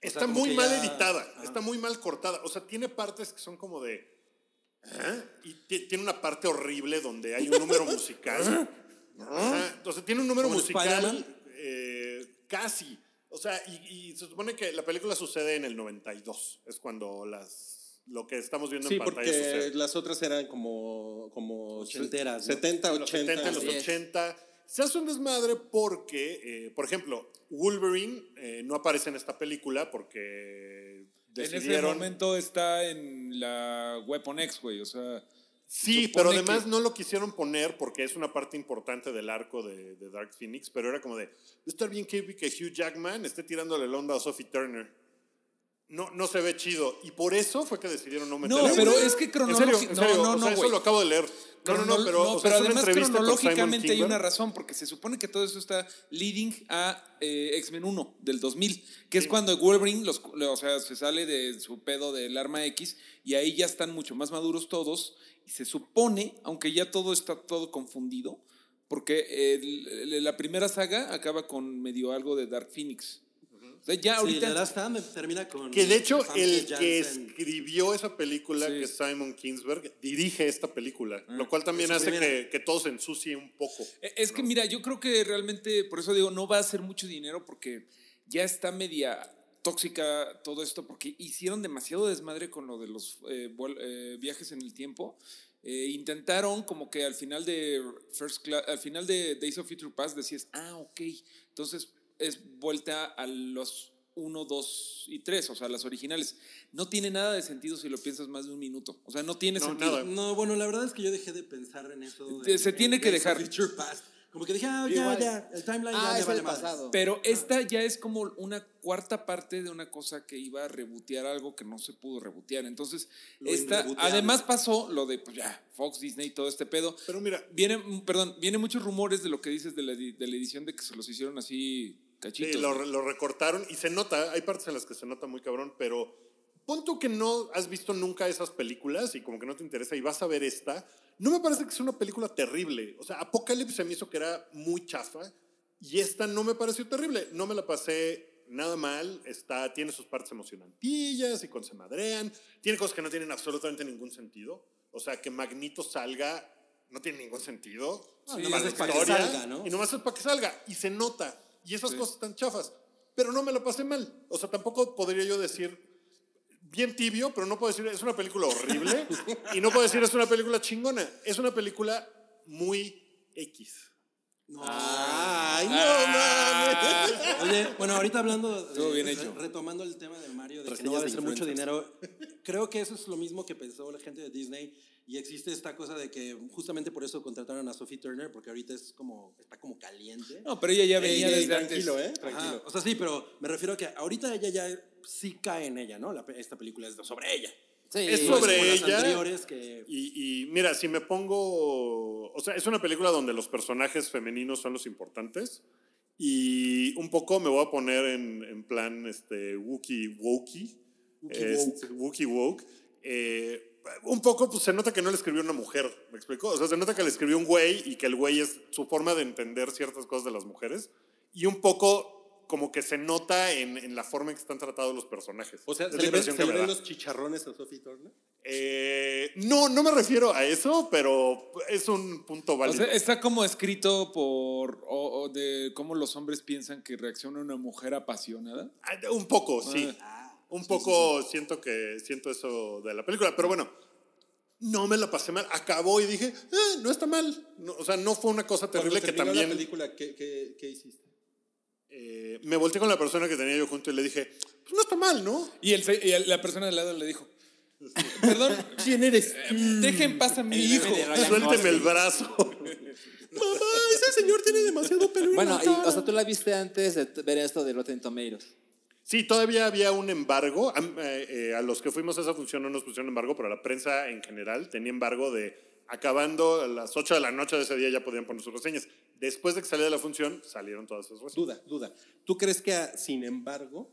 sea,
Está
como
muy
que
mal
ya-
editada,
Ajá.
está muy mal cortada. O sea, tiene partes que son como de... ¿ah? Y ti- tiene una parte horrible donde hay un número musical. Ajá. O sea, tiene un número
¿Eh? ¿Como en
musical
Spider-Man?
eh, casi. O sea, y, y se supone que la película sucede en el 92. Es cuando las lo que estamos viendo
Sí,
en pantalla
porque
sucede.
las otras eran como, como
Ochenteras, ¿no?
70,
En los
80.
70, en los
Así es.
80. Se hace un desmadre porque, eh, por ejemplo, Wolverine eh, no aparece en esta película porque
En ese
decidieron...
momento está en la Weapon X, güey, o sea...
Sí,
supone
pero además
que-
no lo quisieron poner porque es una parte importante del arco de, de Dark Phoenix, pero era como de, va a estar bien creepy que Hugh Jackman esté tirándole la onda a Sophie Turner. No, no se ve chido. Y por eso fue que decidieron no meterla.
No, pero
güey.
es que
En serio,
cronológicamente...
en
No,
serio,
no,
o sea,
no,
eso
güey.
lo acabo de leer. No, no, no, pero, o sea,
pero
es una
además
entrevista con Simon
cronológicamente hay
Kingdom.
una razón, porque se supone que todo eso está leading a eh, X-Men 1 del 2000, que es cuando Wolverine los, o sea, se sale de su pedo del arma X y ahí ya están mucho más maduros todos y se supone, aunque ya todo está todo confundido, porque el- el- la primera saga acaba con medio algo de Dark Phoenix. O sea, ya
Sí,
ahorita...
The Last Stand termina con.
Que de hecho,
Famke
el que
Janssen.
escribió esa película,
Sí. Mm.
que es Simon Kingsberg, dirige esta película, lo cual también
su
hace
primera.
que, que todo se ensucie un poco.
Eh, Es que mira, yo creo que realmente, por eso digo, no va a ser mucho dinero porque ya está media tóxica todo esto, porque hicieron demasiado desmadre con lo de los eh, vuel- eh, viajes en el tiempo. Eh, intentaron como que al final de First Cla- al final de Days of Future Past decías, ah, ok, entonces es vuelta a los 1, 2 y 3, o sea, las originales. No tiene nada de sentido si lo piensas más de un minuto. O sea, no tiene
No,
sentido.
nada.
No, bueno, la verdad es que yo dejé de pensar en eso. de-
Te- se
en
tiene que
Days of
dejar.
Future Past. Como que dije, ah, ya,
Igual.
ya, el timeline
Ah,
ya,
es
ya vale
el
madres.
pasado.
Pero esta ya es como una cuarta parte de una cosa que iba a rebotear algo que no se pudo rebotear. Entonces,
Lo
esta,
inreboteable.
además pasó lo de pues ya, Fox, Disney, todo este pedo.
Pero mira,
Viene, mm, perdón, vienen muchos rumores de lo que dices de la, edi- de la edición de que se los hicieron así
Sí,
cachitos.
lo,
¿no?
lo recortaron y se nota, hay partes en las que se nota muy cabrón, pero pon tú que no has visto nunca esas películas y como que no te interesa y vas a ver esta, no me parece que sea una película terrible. O sea, Apocalypse se me hizo que era muy chafa y esta no me pareció terrible, no me la pasé nada mal, está, tiene sus partes emocionantillas y cuando se madrean, tiene cosas que no tienen absolutamente ningún sentido. O sea, que Magnito salga no tiene ningún sentido.
No,
Sí,
Ah, nomás
la
es para que
historia,
salga, ¿no?
Y nomás es para que salga. Y se nota. Y esas
Sí.
cosas están chafas. Pero no me la pasé mal. O sea, tampoco podría yo decir, bien tibio, pero no puedo decir, es una película horrible. y no puedo decir, es una película chingona. Es una película muy X.
No.
¡Ay,
Ah.
no mames!
Oye, bueno, ahorita hablando, de-
Estuvo bien
re-
hecho.
retomando el tema de Mario, de que no
Reseñas
va a
de
ser mucho
influencers.
dinero, creo que eso es lo mismo que pensó la gente de Disney y existe esta cosa de que justamente por eso contrataron a Sophie Turner, porque ahorita es como, está como caliente.
No, pero ella ya venía
Ey, ey,
desde
tranquilo,
antes.
¿eh? Tranquilo.
Ajá, O sea, sí, pero me refiero a que ahorita ella ya sí cae en ella, ¿no? La pe- esta película es sobre ella.
Sí,
Es
No
sobre
como las
ella.
anteriores que
Eh, Y, y mira, si me pongo. O sea, es una película donde los personajes femeninos son los importantes. Y un poco me voy a poner en, en plan este, Wookie Wokey. Este, Wookie Woke. Eh, un poco, pues se nota que no le escribió una mujer, ¿me explico? O sea, se nota que le escribió un güey y que el güey es su forma de entender ciertas cosas de las mujeres. Y un poco como que se nota en, en la forma en que están tratados los personajes.
O sea,
Es
¿se
la
le, ven,
impresión
se
que
le
me
ven
da.
los chicharrones a Sophie Turner?
Eh, no, no me refiero a eso, pero es un punto
O
válido.
sea, está como escrito por o- o de cómo los hombres piensan que reacciona una mujer apasionada.
Ah, Un poco, sí. Un poco siento que siento eso de la película, pero bueno, no me la pasé mal. Acabó y dije, "Ah, no está mal. No, o sea, no fue una cosa terrible
Cuando
que
terminó la
también
película, ¿qué, qué, qué hiciste?
eh, me volteé con la persona que tenía yo junto y le dije, pues no está mal, ¿no?
Y, el, se- y el- la persona de al lado le dijo, perdón,
[LAUGHS]
¿Quién eres?
dejen pasar a mi
El meme
hijo.
de Ryan
Suélteme
Gosling.
el
[LAUGHS]
brazo. [LAUGHS]
Mamá, ese señor tiene demasiado pelo en
Bueno,
la
y,
cara.
o sea, tú la viste antes de t- ver esto de Rotten Tomatoes.
Sí, todavía había un embargo. A, eh, eh, a los que fuimos a esa función no nos pusieron embargo, pero a la prensa en general tenía embargo de acabando a las 8 de la noche de ese día ya podían poner sus reseñas. Después de que salía de la función, salieron todas esas reseñas.
Duda, duda. ¿Tú crees que, a, sin embargo,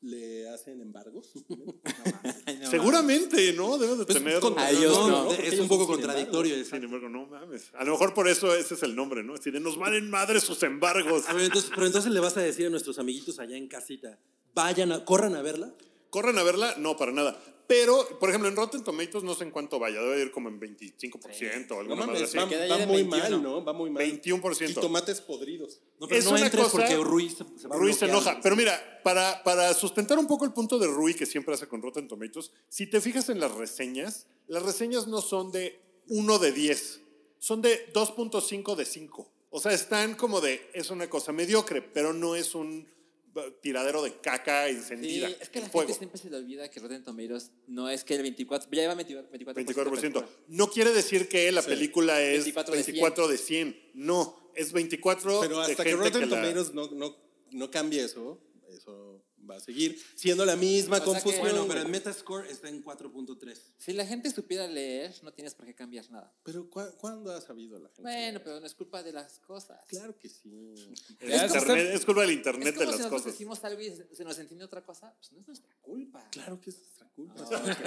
le hacen embargos? [LAUGHS]
Seguramente, ¿no? Debes de tener.
Pues, con-
A ellos
No,
no.
de-
porque
es un
ellos
poco
son sin
contradictorio.
Sin
exacto.
embargo, no mames. A lo mejor por eso ese es el nombre, ¿no? Así de nos valen madre sus embargos.
A ver, entonces, pero entonces le vas a decir a nuestros amiguitos allá en casita, vayan, a, corran a verla.
¿Corran a verla? No, para nada. Pero, por ejemplo, en Rotten Tomatoes no sé en cuánto vaya. Debe ir como en 25% o
No
alguna madre
mames,
así.
va,
Queda ya
va
de
muy
21.
mal, ¿no? Va muy mal.
21%.
Y tomates podridos.
No, pero
Es
no
una
entres
cosa-
porque Ruiz se, se va a
Rui se
bloquear.
enoja. Pero mira, para, para sustentar un poco el punto de Rui que siempre hace con Rotten Tomatoes, si te fijas en las reseñas, las reseñas no son de 1 de 10, son de 2.5 de 5. O sea, están como de, es una cosa mediocre, pero no es un eh, tiradero de caca
Sí,
encendida.
es que
en
la
fuego.
gente siempre se le olvida que Rotten Tomatoes no es que el 24, ya lleva 24%.
24%. No quiere decir que la película es 24
24 de 100.
de 100. No, es 24
Pero
de
hasta que
gente
Rotten
la-
Tomatoes no, no, no cambie eso, eso va a seguir siendo la misma
O sea que-
confusión.
Bueno,
güey.
pero en Metascore está en 4.3.
Si la gente supiera leer, no tienes por qué cambiar nada.
Pero ¿cuá- ¿cuándo ha sabido la gente?
Bueno, pero no es culpa de las cosas.
Claro que sí.
El
Ya,
internet-
está-
es culpa del
Es
internet
como
de
si
las
nosotros
cosas.
decimos algo y se se nos entiende otra cosa, pues no es nuestra culpa.
Claro que es nuestra culpa.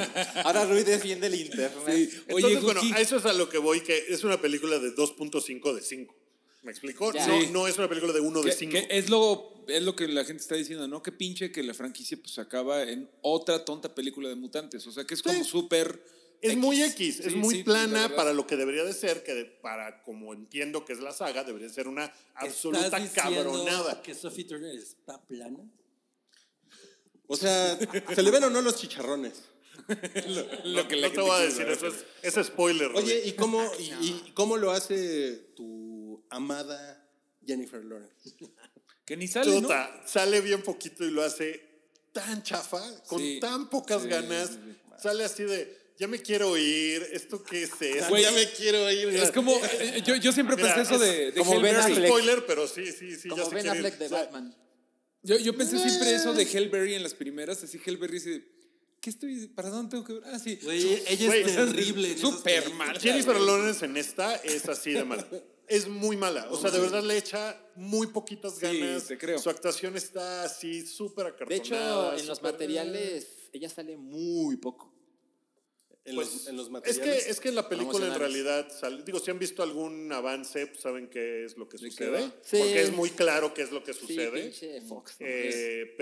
Ahora Ruiz defiende el internet.
Oye,
Entonces, bueno,
Guki.
a eso es a lo que voy, que es una película de 2.5 de 5. ¿Me explicó?
Ya.
No,
Sí.
no es una película de 1 de
Que-
5.
que es lo es lo que la gente está diciendo, ¿no? Que pinche que la franquicia pues acaba en otra tonta película de mutantes, o sea, que es como
Sí.
súper
Es muy X, es
Sí,
muy
sí, la
plana
verdad.
para lo que debería de ser, que de- para como entiendo que es la saga, debería ser una absoluta
¿Estás diciendo
cabronada.
que Sophie Turner está plana?
O sea, [LAUGHS] ¿se le ven o no los chicharrones?
lo que la
no te
gente
voy a
quiere
decir,
ver.
eso es, es spoiler.
Oye,
Rubén.
¿y cómo, y, y cómo lo hace tu amada Jennifer Lawrence?
que ni sale, ¿no?
Chuta, sale bien poquito y lo hace tan chafa, con
Sí,
tan pocas
sí,
ganas.
sí, sí.
Sale así de, ya me quiero ir, ¿esto qué es esto?
Güey,
ya me quiero ir.
Es como, eh, yo, yo siempre
Mira,
pensé eso
es
de, de
como
Hail
Ben
Mary.
Es
Affleck.
spoiler, pero sí, sí, sí. ya
Como
se
Ben
quiere ir.
Affleck de
O sea,
Batman.
Yo, yo pensé siempre eso de Hellberry en las primeras, así Hellberry así de, ¿qué estoy, para dónde tengo que ver? Ah, sí.
Güey, ella
Güey,
es terrible. en esas
Súper
películas.
mal.
Jennifer Lawrence en esta es así de mala. [LAUGHS] Es muy mala. O sea, de verdad le echa muy poquitas
Sí,
ganas.
te creo.
Su actuación está así súper
De
acartonada.
hecho, en los
súper-
materiales ella sale muy poco.
En,
Pues,
los, en los
Es
materiales.
que, es que la película en
Promocionales.
realidad, sale- digo, si han visto algún avance, pues saben qué es lo que
¿De qué
sucede.
va?
Sí.
Porque es muy claro qué es lo que
Sí,
sucede.
pinche Fox. ¿no?
Eh,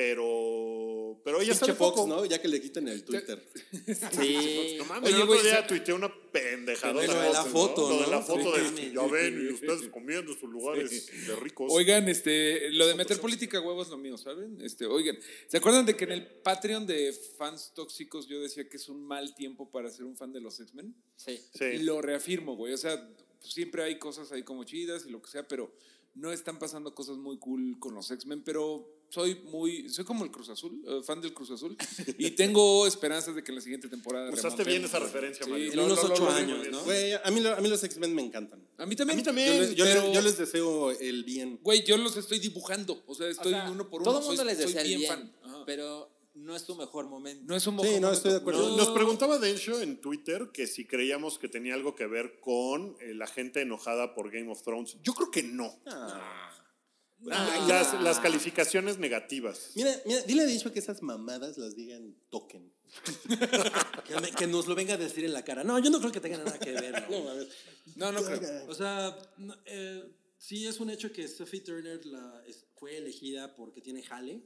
pero, pero ella
Pinche
sale
Fox,
poco.
¿no? Ya que le quiten el Twitter.
[LAUGHS]
Sí.
No mames,
Oye,
el otro
güey,
día
se-
tuiteé una pendejada.
Lo de la foto,
pues, Lo de
¿no?
la foto
Sí.
de ya ven y ustedes comiendo en sus lugares de ricos.
Oigan, este, lo de meter política huevos es lo mío, ¿saben? Este, oigan, ¿se acuerdan de que en el Patreon de fans tóxicos yo decía que es un mal tiempo para ser un fan de los X-Men?
Sí.
Sí.
Y lo reafirmo, güey. O sea, siempre hay cosas ahí como chidas y lo que sea, pero no están pasando cosas muy cool con los X-Men, pero soy muy, soy como el Cruz Azul, eh, fan del Cruz Azul,
[LAUGHS]
y tengo esperanzas de que en la siguiente temporada...
Usaste
remontemos,
bien esa
güey.
referencia,
Sí,
Mario.
lo-
En unos
lo- lo-
ocho
lo-
años, ¿no?
Güey, a mí, lo- a mí los X-Men me encantan.
A mí también.
A mí también.
Yo les, yo
pero-
les- yo les deseo el bien.
Güey, yo los estoy dibujando, o sea, estoy
O sea,
uno por uno.
Todo el mundo
soy-
les
soy
desea el bien,
Ajá.
pero no es su mejor momento.
No es un
Sí,
mojón,
no, estoy de acuerdo.
No.
Nos preguntaba Densho en Twitter que si creíamos que tenía algo que ver con eh, la gente enojada por Game of Thrones. Yo creo que no.
Ah.
Ah, las, las calificaciones negativas.
Mira, mira, dile a Dicho que esas mamadas las digan token.
Que, me- que nos lo venga a decir en la cara. No, yo no creo que tenga nada que ver. ¿no?
a ver.
No, no creo.
O sea, no, eh, sí es un hecho que Sophie Turner la, es- fue elegida porque tiene jale,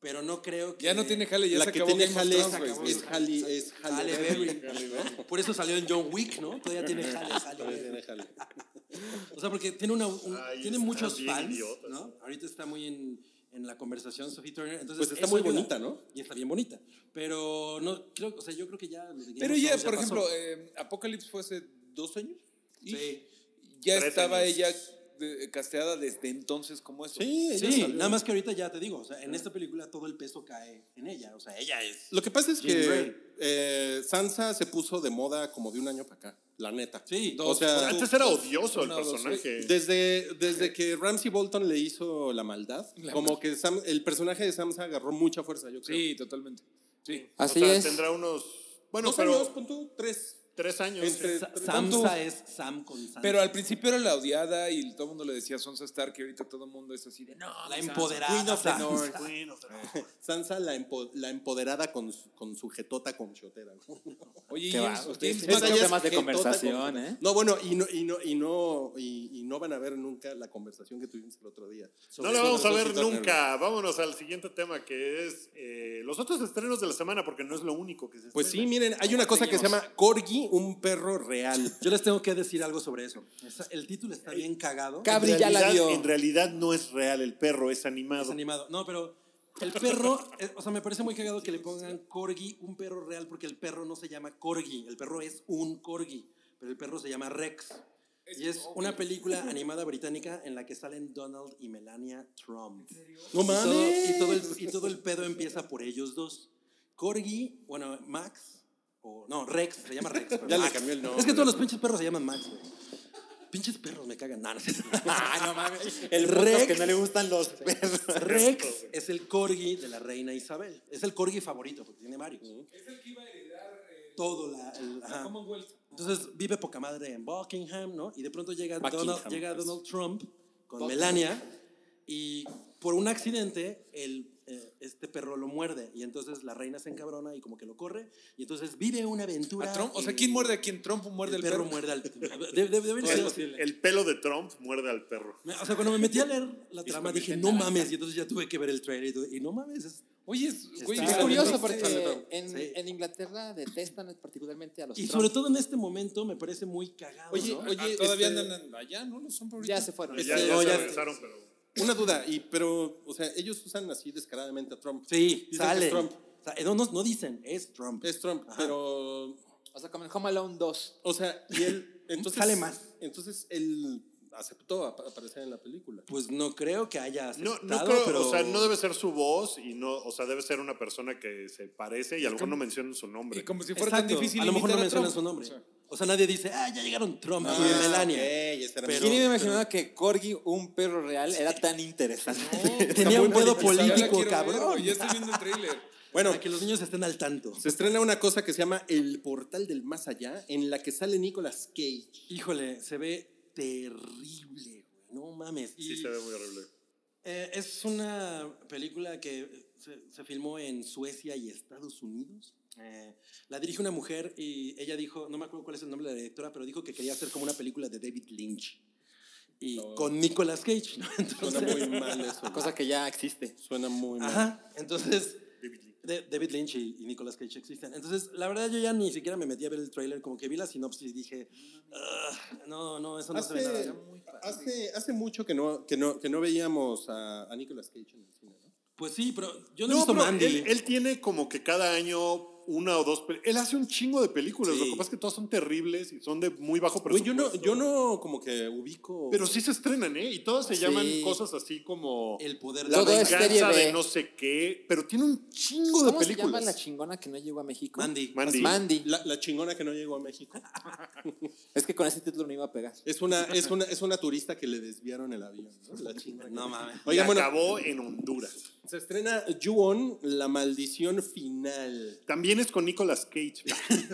pero no creo que...
Ya no tiene jale, ya
la
se
que
acabó Game
tiene
of
jale es,
Thrones, güey.
es Halle- es Halle
Halle
Berry.
Berry. Por eso salió en John Wick, ¿no? Todavía tiene jale, Halle
Todavía
Berry.
tiene Halle.
O sea, porque tiene, una, un-
Ay,
tiene
está
muchos
bien
fans,
idiota,
¿no? Ahorita está muy en, en la conversación Sophie Turner. Entonces,
Pues está
eso
muy
ayuda.
bonita, ¿no?
Y está bien bonita. Pero no, creo, o sea, yo creo que ya... los de Game
Pero
of
ya,
Thrones
por
pasó.
ejemplo, eh, Apocalypse fue hace dos años. y
Sí.
Ya
Tres
estaba
años.
ella de- casteada desde entonces como eso.
Sí, ella
Sí,
salió.
nada más que ahorita ya te digo, o sea, en esta película todo el peso cae en ella, o sea, ella es.
Lo que pasa es
Jean
que
Grey.
eh, Sansa se puso de moda como de un año para acá, la neta.
Sí,
o
dos,
sea,
Antes era odioso el
Una, dos,
personaje.
desde, desde que Ramsey Bolton le hizo la maldad,
La
como
maldad.
que Sam- el personaje de Sansa agarró mucha fuerza, yo creo.
Sí, totalmente. Sí.
O
Así
sea,
es.
tendrá unos. Bueno,
Dos
pero.
años,
pues,
pon tú, tres.
Tres años.
Entre-
Sa-
pon tú-
Samsa Eh, es Sam con Sansa.
Pero al principio era la odiada y todo el mundo le decía Sansa Stark y ahorita todo el mundo es así de no.
la
mi Sansa,
empoderada
Queen of the
Sansa.
North.
Sansa la, empo- la empoderada con, su- con sujetota con chotera.
Oye,
Qué
James-
va, ustedes
James
sí
Mac-
son
ya es
temas de
jetota
conversación,
con-
¿eh?
No, bueno, y no, y, no, y, no, y, y no van a ver nunca la conversación que tuvimos el otro día.
No
Sobre-
la vamos a
sobre
ver
Sophie Turner.
nunca. Vámonos al siguiente tema que es eh, los otros estrenos de la semana, porque no es lo único que se
Pues sí,
estrena.
miren, hay una cosa que se llama Corgi, un perro real.
Yo les tengo que decir algo sobre eso. Esa- El título está bien cagado.
Cab- Cabri
en
ya la
realidad,
vio.
En realidad no es real el perro, es animado.
Es animado. No, pero el perro, [LAUGHS] eh, o sea, me parece muy cagado que le pongan corgi, un perro real, porque el perro no se llama corgi, el perro es un corgi, pero el perro se llama Rex. Y es una [LAUGHS] película animada británica en la que salen Donald y Melania Trump.
No
Y todo-
mames.
Y todo, el, y todo el pedo empieza por ellos dos. Corgi, bueno, Max, o no, Rex, se llama [LAUGHS] Rex. pero
Ya le
Max.
cambió el nombre.
Es que todos los pinches perros se llaman Max, güey. Pinches perros me cagan. [LAUGHS] No, no sé. no mames.
El
Rex.
que no le gustan los perros.
Rex es el corgi de la reina Isabel. Es el corgi favorito porque tiene varios.
Es el que iba a heredar eh,
Todo la. el-
la
ajá.
Commonwealth.
Entonces vive poca madre en Buckingham, ¿no? Y de pronto llega,
Buckingham,
Donald, llega
pues.
Donald Trump con
Buckingham.
Melania y por un accidente el, eh, este perro lo muerde y entonces la reina se encabrona y como que lo corre y entonces vive una aventura.
A Trump, o sea,
en-
¿quién muerde a quién? Trump
El
muerde al
perro, muerde
[LAUGHS]
al. Debe, debe- debe ser-
El, el pelo de Trump muerde al perro.
O sea, cuando me metí a leer la trama dije, no mames, y entonces ya tuve que ver el trailer y todo, y no mames, es
Oye, es, güey,
Está-
Es
es
curioso
Sale
porque
todo.
en,
Sí.
en Inglaterra detestan particularmente a los
Y
Trump.
sobre todo en este momento me parece muy cagado.
Oye,
¿no?
Ah,
oye,
todavía
este-
andan allá, ¿no? Los son por ahorita.
Ya se fueron.
Ya,
Este,
ya
no,
se
ya-
regresaron, pero.
Una duda, y, pero, o sea, ellos usan así descaradamente a Trump.
sí,
Dicen que
sale.
es Trump.
Sa- No, no, no dicen, es Trump.
Es Trump,
Ajá.
pero,
O sea, como en Home Alone 2.
[LAUGHS]
o sea, y él, entonces...
Sale más.
Entonces, él aceptó ap- aparecer en la película.
Pues no creo que haya
No,
aceptado,
no creo,
pero...
o sea, no debe ser su voz y no, o sea, debe ser una persona que se parece y alguno no mencionan su nombre.
Y como si fuera tan
Exacto,
difícil.
A lo mejor no
imitar
mencionan
Trump.
su nombre.
O sea,
O sea, nadie dice, ah, ya llegaron Trump y
Ah,
Melania.
ok, esa era mi-
Pero-
¿Quién iba a imaginar que Corgi, un perro real, era tan interesante?
[LAUGHS] Tenía un pedo
ya la
político,
Pues quiero ver,
cabrón.
güey, ya estoy viendo el tráiler.
Bueno,
Para que los niños estén al tanto.
se estrena una cosa que se llama El Portal del Más Allá, en la que sale Nicolas Cage.
Híjole, se ve terrible, güey. No mames.
Sí,
Y,
se ve muy horrible.
eh, es una película que se, se filmó en Suecia y Estados Unidos. Eh, la dirige una mujer y ella dijo, no me acuerdo cuál es el nombre de la directora, pero dijo que quería hacer como una película de David Lynch. Y con Nicolas Cage. ¿no? [LAUGHS]
Suena
Entonces-
muy mal eso. güey.
Cosa que ya existe.
Suena muy mal.
Ajá. Entonces,
David Lynch.
de- David Lynch y, y Nicolas Cage existen. Entonces, la verdad, yo ya ni siquiera me metí a ver el tráiler, como que vi la sinopsis y dije, "Ugh, no, no, eso no se ve nada.
Hace,
bien".
hace, hace mucho que no, que no, que no veíamos a, a Nicolas Cage en el cine. ¿no?
Pues sí, pero yo no, he
No,
visto
pero
Mandy.
él, él tiene como que cada año una o dos. pel- Él hace un chingo de películas.
Sí.
Lo que pasa es que todas son terribles y son de muy bajo
Güey,
presupuesto.
yo no, yo no como que ubico.
Pero sí se estrenan, ¿eh? Y todas se llaman
Sí.
cosas así como.
el poder
la
Todo este es
venganza
serie
de...
B.
no sé qué. Pero tiene un chingo de
¿Cómo se llama
películas.
la chingona que no llegó a México?
Mandy.
Mandy.
Mandy.
La, la chingona que no llegó a México.
Es que con ese título no iba a pegar.
Es una, es una, es una turista que le desviaron el avión, ¿no? La chingona.
No mames.
Oiga,
Oigan, bueno,
acabó en Honduras.
se estrena Ju-On, la maldición final.
También es con Nicolas Cage.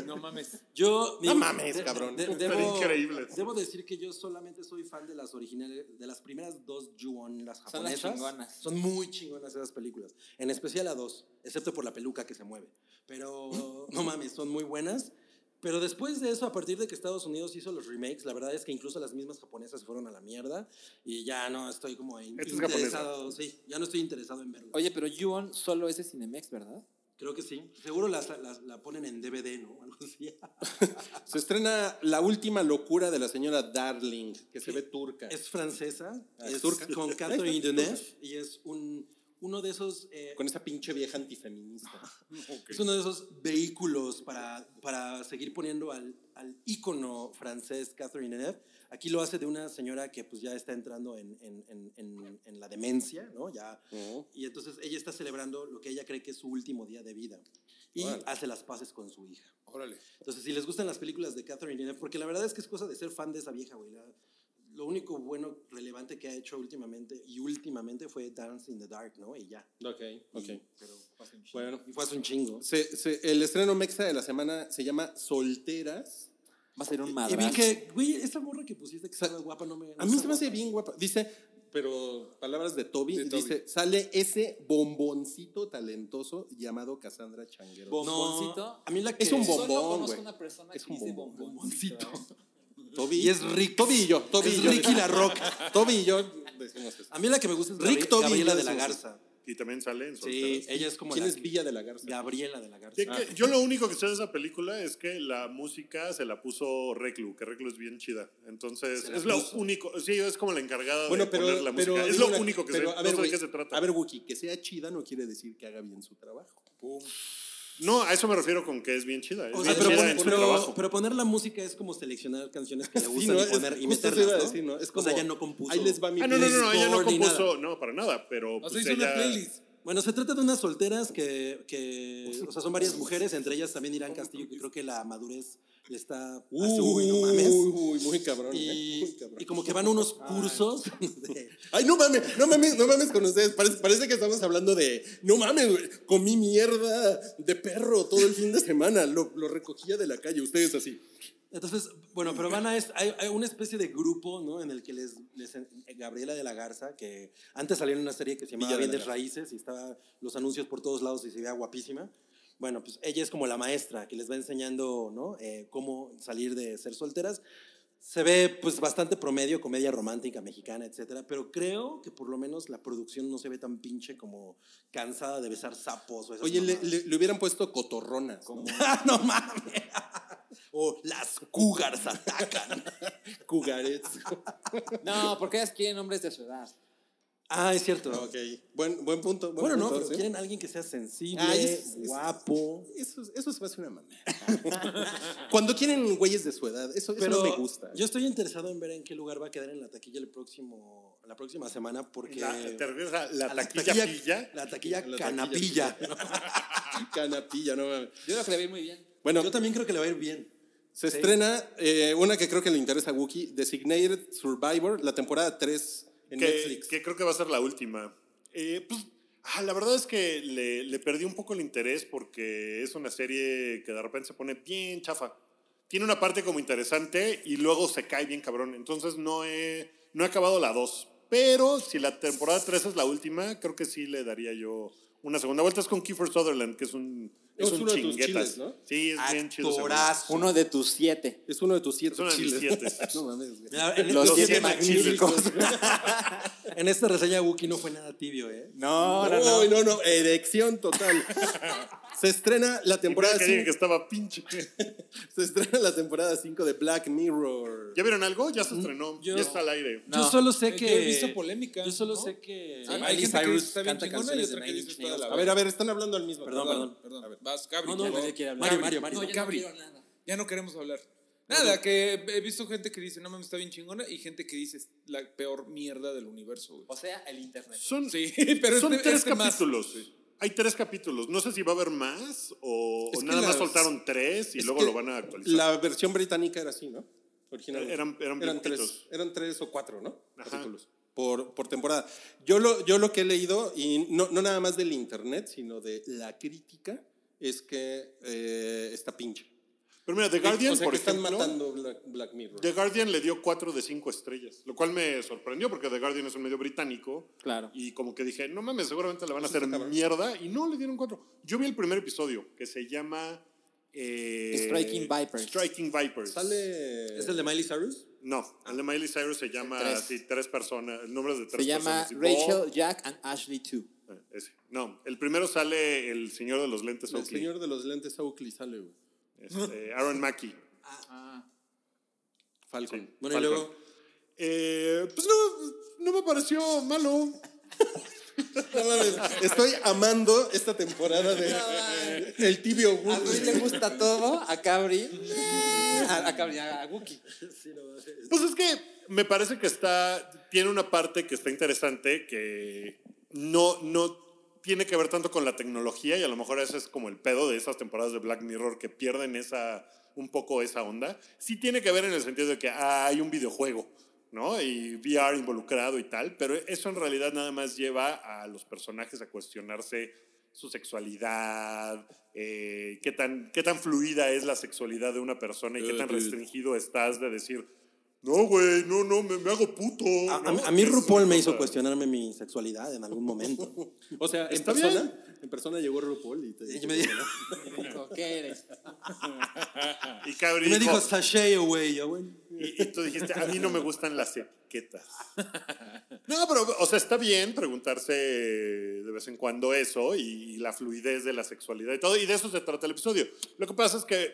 No mames.
Yo,
No mames, cabrón.
Pero increíbles.
Debo decir que yo solamente soy fan de las originales, de las primeras dos Ju-On, las
Son las
japonesas.
chingonas.
Son muy chingonas esas películas. En especial la dos, excepto por la peluca que se mueve.
[LAUGHS]
Pero no mames, son muy buenas. Pero después de eso, a partir de que Estados Unidos hizo los remakes, la verdad es que incluso las mismas japonesas se fueron a la mierda y ya no estoy como in-
Esta es japonesa.
interesado, sí, ya no estoy interesado en verlas.
Oye, pero Yuon solo es de Cinemex, ¿verdad?
Creo que sí. Seguro las, las- la ponen en DVD, ¿no? [LAUGHS] Algo así.
Se estrena La última locura de la señora Darling, que se ve turca.
Es francesa,
Ah,
es
es turca. [LAUGHS]
con Catherine Deneuve y es un, uno de esos eh,
Con esa pinche
[LAUGHS]
vieja antifeminista.
es uno de esos vehículos para, para seguir poniendo al, al ícono francés Catherine Deneuve. Aquí lo hace de una señora que pues ya está entrando en, en- en- en- en la demencia, ¿no? Ya, Y entonces ella está celebrando lo que ella cree que es su último día de vida y
Órale.
hace las paces con su hija.
Órale.
Entonces, si les gustan las películas de Catherine Deneuve, porque la verdad es que es cosa de ser fan de esa vieja, güey. la- lo único bueno, relevante que ha hecho últimamente y últimamente fue Dance in the Dark, ¿no? Y ya.
Ok, ok.
Y- pero fue hace un chingo.
Bueno.
Y fue hace un chingo.
Se- se- el estreno mexa de la semana se llama Solteras.
Va a ser un
Y vi
madrazo.
que, güey, esa morra que pusiste que
Sa-
estaba guapa no me. no
A mí
está
se me hace
guapa.
bien guapa. Dice, pero palabras de Toby,
De Toby.
dice, sale ese bomboncito talentoso llamado Cassandra Changuero.
Bom-
No,
Bomboncito.
a mí la que
Es un
Solo
bombón,
conozco
güey.
una persona
Es
que
un
dice
bombón.
bomboncito.
Toby. Y es Rick. Toby y yo. Toby y
Es
yo.
Ricky La Roca. [LAUGHS]
Toby y yo decimos eso.
A mí la que me gusta es
Rick
Rick
Tobin,
Gabriela
ya
de la
decimos.
Garza.
Y también sale en
Sí,
Solteras.
ella es como
¿Quién
la
es
que-
Villa de la Garza?
Gabriela de la Garza. Ah,
Ya que- Yo lo único que sé de esa película es que la música se la puso Reclu, que Reclu es bien chida. Entonces,
Se la
es lo
puso.
único. Sí, es como la encargada
Bueno,
de
pero,
poner la música.
pero
es
dime
lo
una-
único que
pero,
sé.
a
No
ver,
sé de
güey,
qué se trata.
A ver, Wookie, que sea chida no quiere decir que haga bien su trabajo.
Pum.
no, a eso me refiero con que es bien chida. Es
O sea,
bien
pero,
chida
pon-
en su
pero-
trabajo.
pero poner la música es como seleccionar canciones que le
[LAUGHS] Sí,
gustan
¿no?
y poner y
Es- justo te iba a
meterlas, ¿no?
decir, ¿no? Es
o sea,
como,
ya no compuso.
Ahí les va mi
Ah, no, no, no, no, ella no
Discord ni
compuso, no, para nada, pero
O sea,
pues,
hizo Ah, una
ella-
playlist.
Bueno, se trata de unas solteras que, que, o sea, son varias mujeres, entre ellas también Irán Castillo, que creo que la madurez le está... así, uy, no mames.
Uy, uy, muy cabrón. eh, muy
Y,
cabrón. Ah,
y como que van a unos cursos
[LAUGHS]
de-
Ay, no mames, no mames, no mames con ustedes. Parece, parece que estamos hablando de. No mames, güey, comí mierda de perro todo el fin de semana. Lo, lo recogía de la calle, ustedes así.
Entonces, bueno, pero van a... es- hay, hay una especie de grupo, ¿no? En el que les, les- eh, Gabriela de la Garza, que antes salió en una serie que se llamaba
Villa de la
Bienes
Garza.
Raíces y estaba los anuncios por todos lados y se veía guapísima. Bueno, pues ella es como la maestra que les va enseñando, ¿no? Eh, cómo salir de ser solteras. Se ve pues bastante promedio, comedia romántica mexicana, etcétera, pero creo que por lo menos la producción no se ve tan pinche como cansada de besar sapos o esas
Oye, le,
mamadas.
le- le hubieran puesto cotorronas. ¿no?
[LAUGHS] ¡Ah, no mames! o las cougars atacan.
[LAUGHS] Cugarets.
No, porque ellas quieren hombres de su edad.
Ah, es cierto.
Ok, buen, buen punto. buen
Bueno, no,
punto,
pero
¿sí?
quieren alguien que sea sensible,
Ay, es- es-
guapo.
Eso, eso se me hace una mamá. [LAUGHS] Cuando quieren güeyes de su edad, eso, eso
Pero
no me gusta.
yo estoy interesado en ver en qué lugar va a quedar en la taquilla el próximo, la próxima semana, porque
La- ¿Te refieres a la
a
taquilla pilla?
la taquilla
La taquilla
canapilla.
Canapilla, no mames.
Yo creo que le vi muy bien.
Bueno,
Yo también creo que le va a ir bien.
se estrena eh, una que creo que le interesa a Wookiee, Designated Survivor, la temporada 3 en
que,
Netflix.
que creo que va a ser la última. Eh, pues, ah, la verdad es que le, le perdí un poco el interés porque es una serie que de repente se pone bien chafa. Tiene una parte como interesante y luego se cae bien cabrón. Entonces no he, no he acabado la 2. Pero si la temporada 3 es la última, creo que sí le daría yo una segunda vuelta. Es con Kiefer Sutherland, que es un, es
Es
un
uno de tus
chinguetas.
chiles, ¿no?
Sí, es bien chido. ese güey.
Actorazo.
Uno de tus siete.
Es uno de tus siete
Es uno de mis
chiles.
siete.
[LAUGHS] no mames, güey.
Mira, en,
Los
Los
siete
siete
magníficos.
en esta reseña Wookie no fue nada tibio, ¿eh?
No, no, no.
Uy, no, no, erección total. se estrena la
Y mira
temporada
que digan que
5.
estaba pinche.
Se estrena la temporada 5 de Black Mirror.
¿Ya vieron algo? Ya se estrenó.
Yo-
ya está al aire.
No.
Yo solo sé
Eh,
que.
yo he visto polémica,
Yo solo
¿no?
sé que.
Hay-
Sí,
hay
Miley
gente que
Cyrus
está bien
canta
chingona y
canciones de
otra que
Nine
dice
Inch
está de la
Nails.
A ver, a ver, están hablando al mismo.
Perdón, perdón.
Perdón, a ver, vas, Gabri.
No, no,
por
nadie
favor.
quiere hablar.
Gabri,
Mario, Mario,
no,
Mario.
ya Gabri,
No quiero nada.
ya no queremos hablar. Nada, que he visto gente que dice, no mames, está bien chingona, y gente que dice, es la peor mierda del universo. güey.
O sea, el internet.
Son,
[LAUGHS]
Sí, pero
son
este-
tres
este más.
capítulos. Hay tres capítulos. No sé si va a haber más o,
Es
o
que
nada más
las-
soltaron tres y
es
luego
que
lo van a actualizar.
La versión británica era así, ¿no? Original.
Eran- eran bien
tres,
poquitos.
eran tres o cuatro, ¿no?
Ajá.
Capítulos. Por, por temporada. Yo lo, yo lo que he leído, y no, no nada más del internet, sino de la crítica, es que eh, está pinche.
Pero mira, The Guardian,
o sea,
por
que
ejemplo,
están matando Black, Black Mirror.
The Guardian le dio cuatro de cinco estrellas, lo cual me sorprendió porque The Guardian es un medio británico.
Claro.
Y como que dije, no mames, seguramente le van a hacer
está cabrón.
mierda. Y no, le dieron cuatro. Yo vi el primer episodio que se llama... eh,
Striking Vipers.
Striking Vipers.
Sale.
¿Es el de Miley Cyrus?
No, el de Miley Cyrus se llama
Tres.
así, tres personas, el nombre es de tres
Se llama
personas. y
Rachel, Jack and Ashley 2.
Ah, ese. No, el primero sale el señor de los lentes,
El
Oakley,
señor de los lentes Oakley sale, güey.
este, Aaron Mackey.
Falcon.
Sí,
Ah. Bueno, y
Falcon.
luego.
Eh, pues no, no me pareció malo.
[LAUGHS] No mames, Estoy amando esta temporada de El tibio
A Luis
Woody.
le gusta todo, a Cabri. A, a Cabri, a Wookie.
Pues es que me parece que está, tiene una parte que está interesante que no, no tiene que ver tanto con la tecnología y a lo mejor ese es como el pedo de esas temporadas de Black Mirror que pierden esa, un poco esa onda. Sí tiene que ver en el sentido de que ah, hay un videojuego, ¿no? Y VR involucrado y tal, pero eso en realidad nada más lleva a los personajes a cuestionarse su sexualidad, eh, qué, tan, qué tan fluida es la sexualidad de una persona y qué tan restringido estás de decir, no, güey, no, no, me, me hago puto.
A,
¿no?
a- a mí
Es
RuPaul
una
me hizo
cosa-
cuestionarme mi sexualidad en algún momento.
O sea, en
¿Está
persona, en persona llegó RuPaul y te
Y me dijo, [LAUGHS]
Dijo, ¿qué eres?
Y Cabri
y me dijo
dijo,
sashay away, yo, güey.
Y, y tú dijiste, a mí no me gustan las
[LAUGHS]
etiquetas. No, pero, o sea, está bien preguntarse de vez en cuando eso y, y la fluidez de la sexualidad y todo, y de eso se trata el episodio. Lo que pasa es que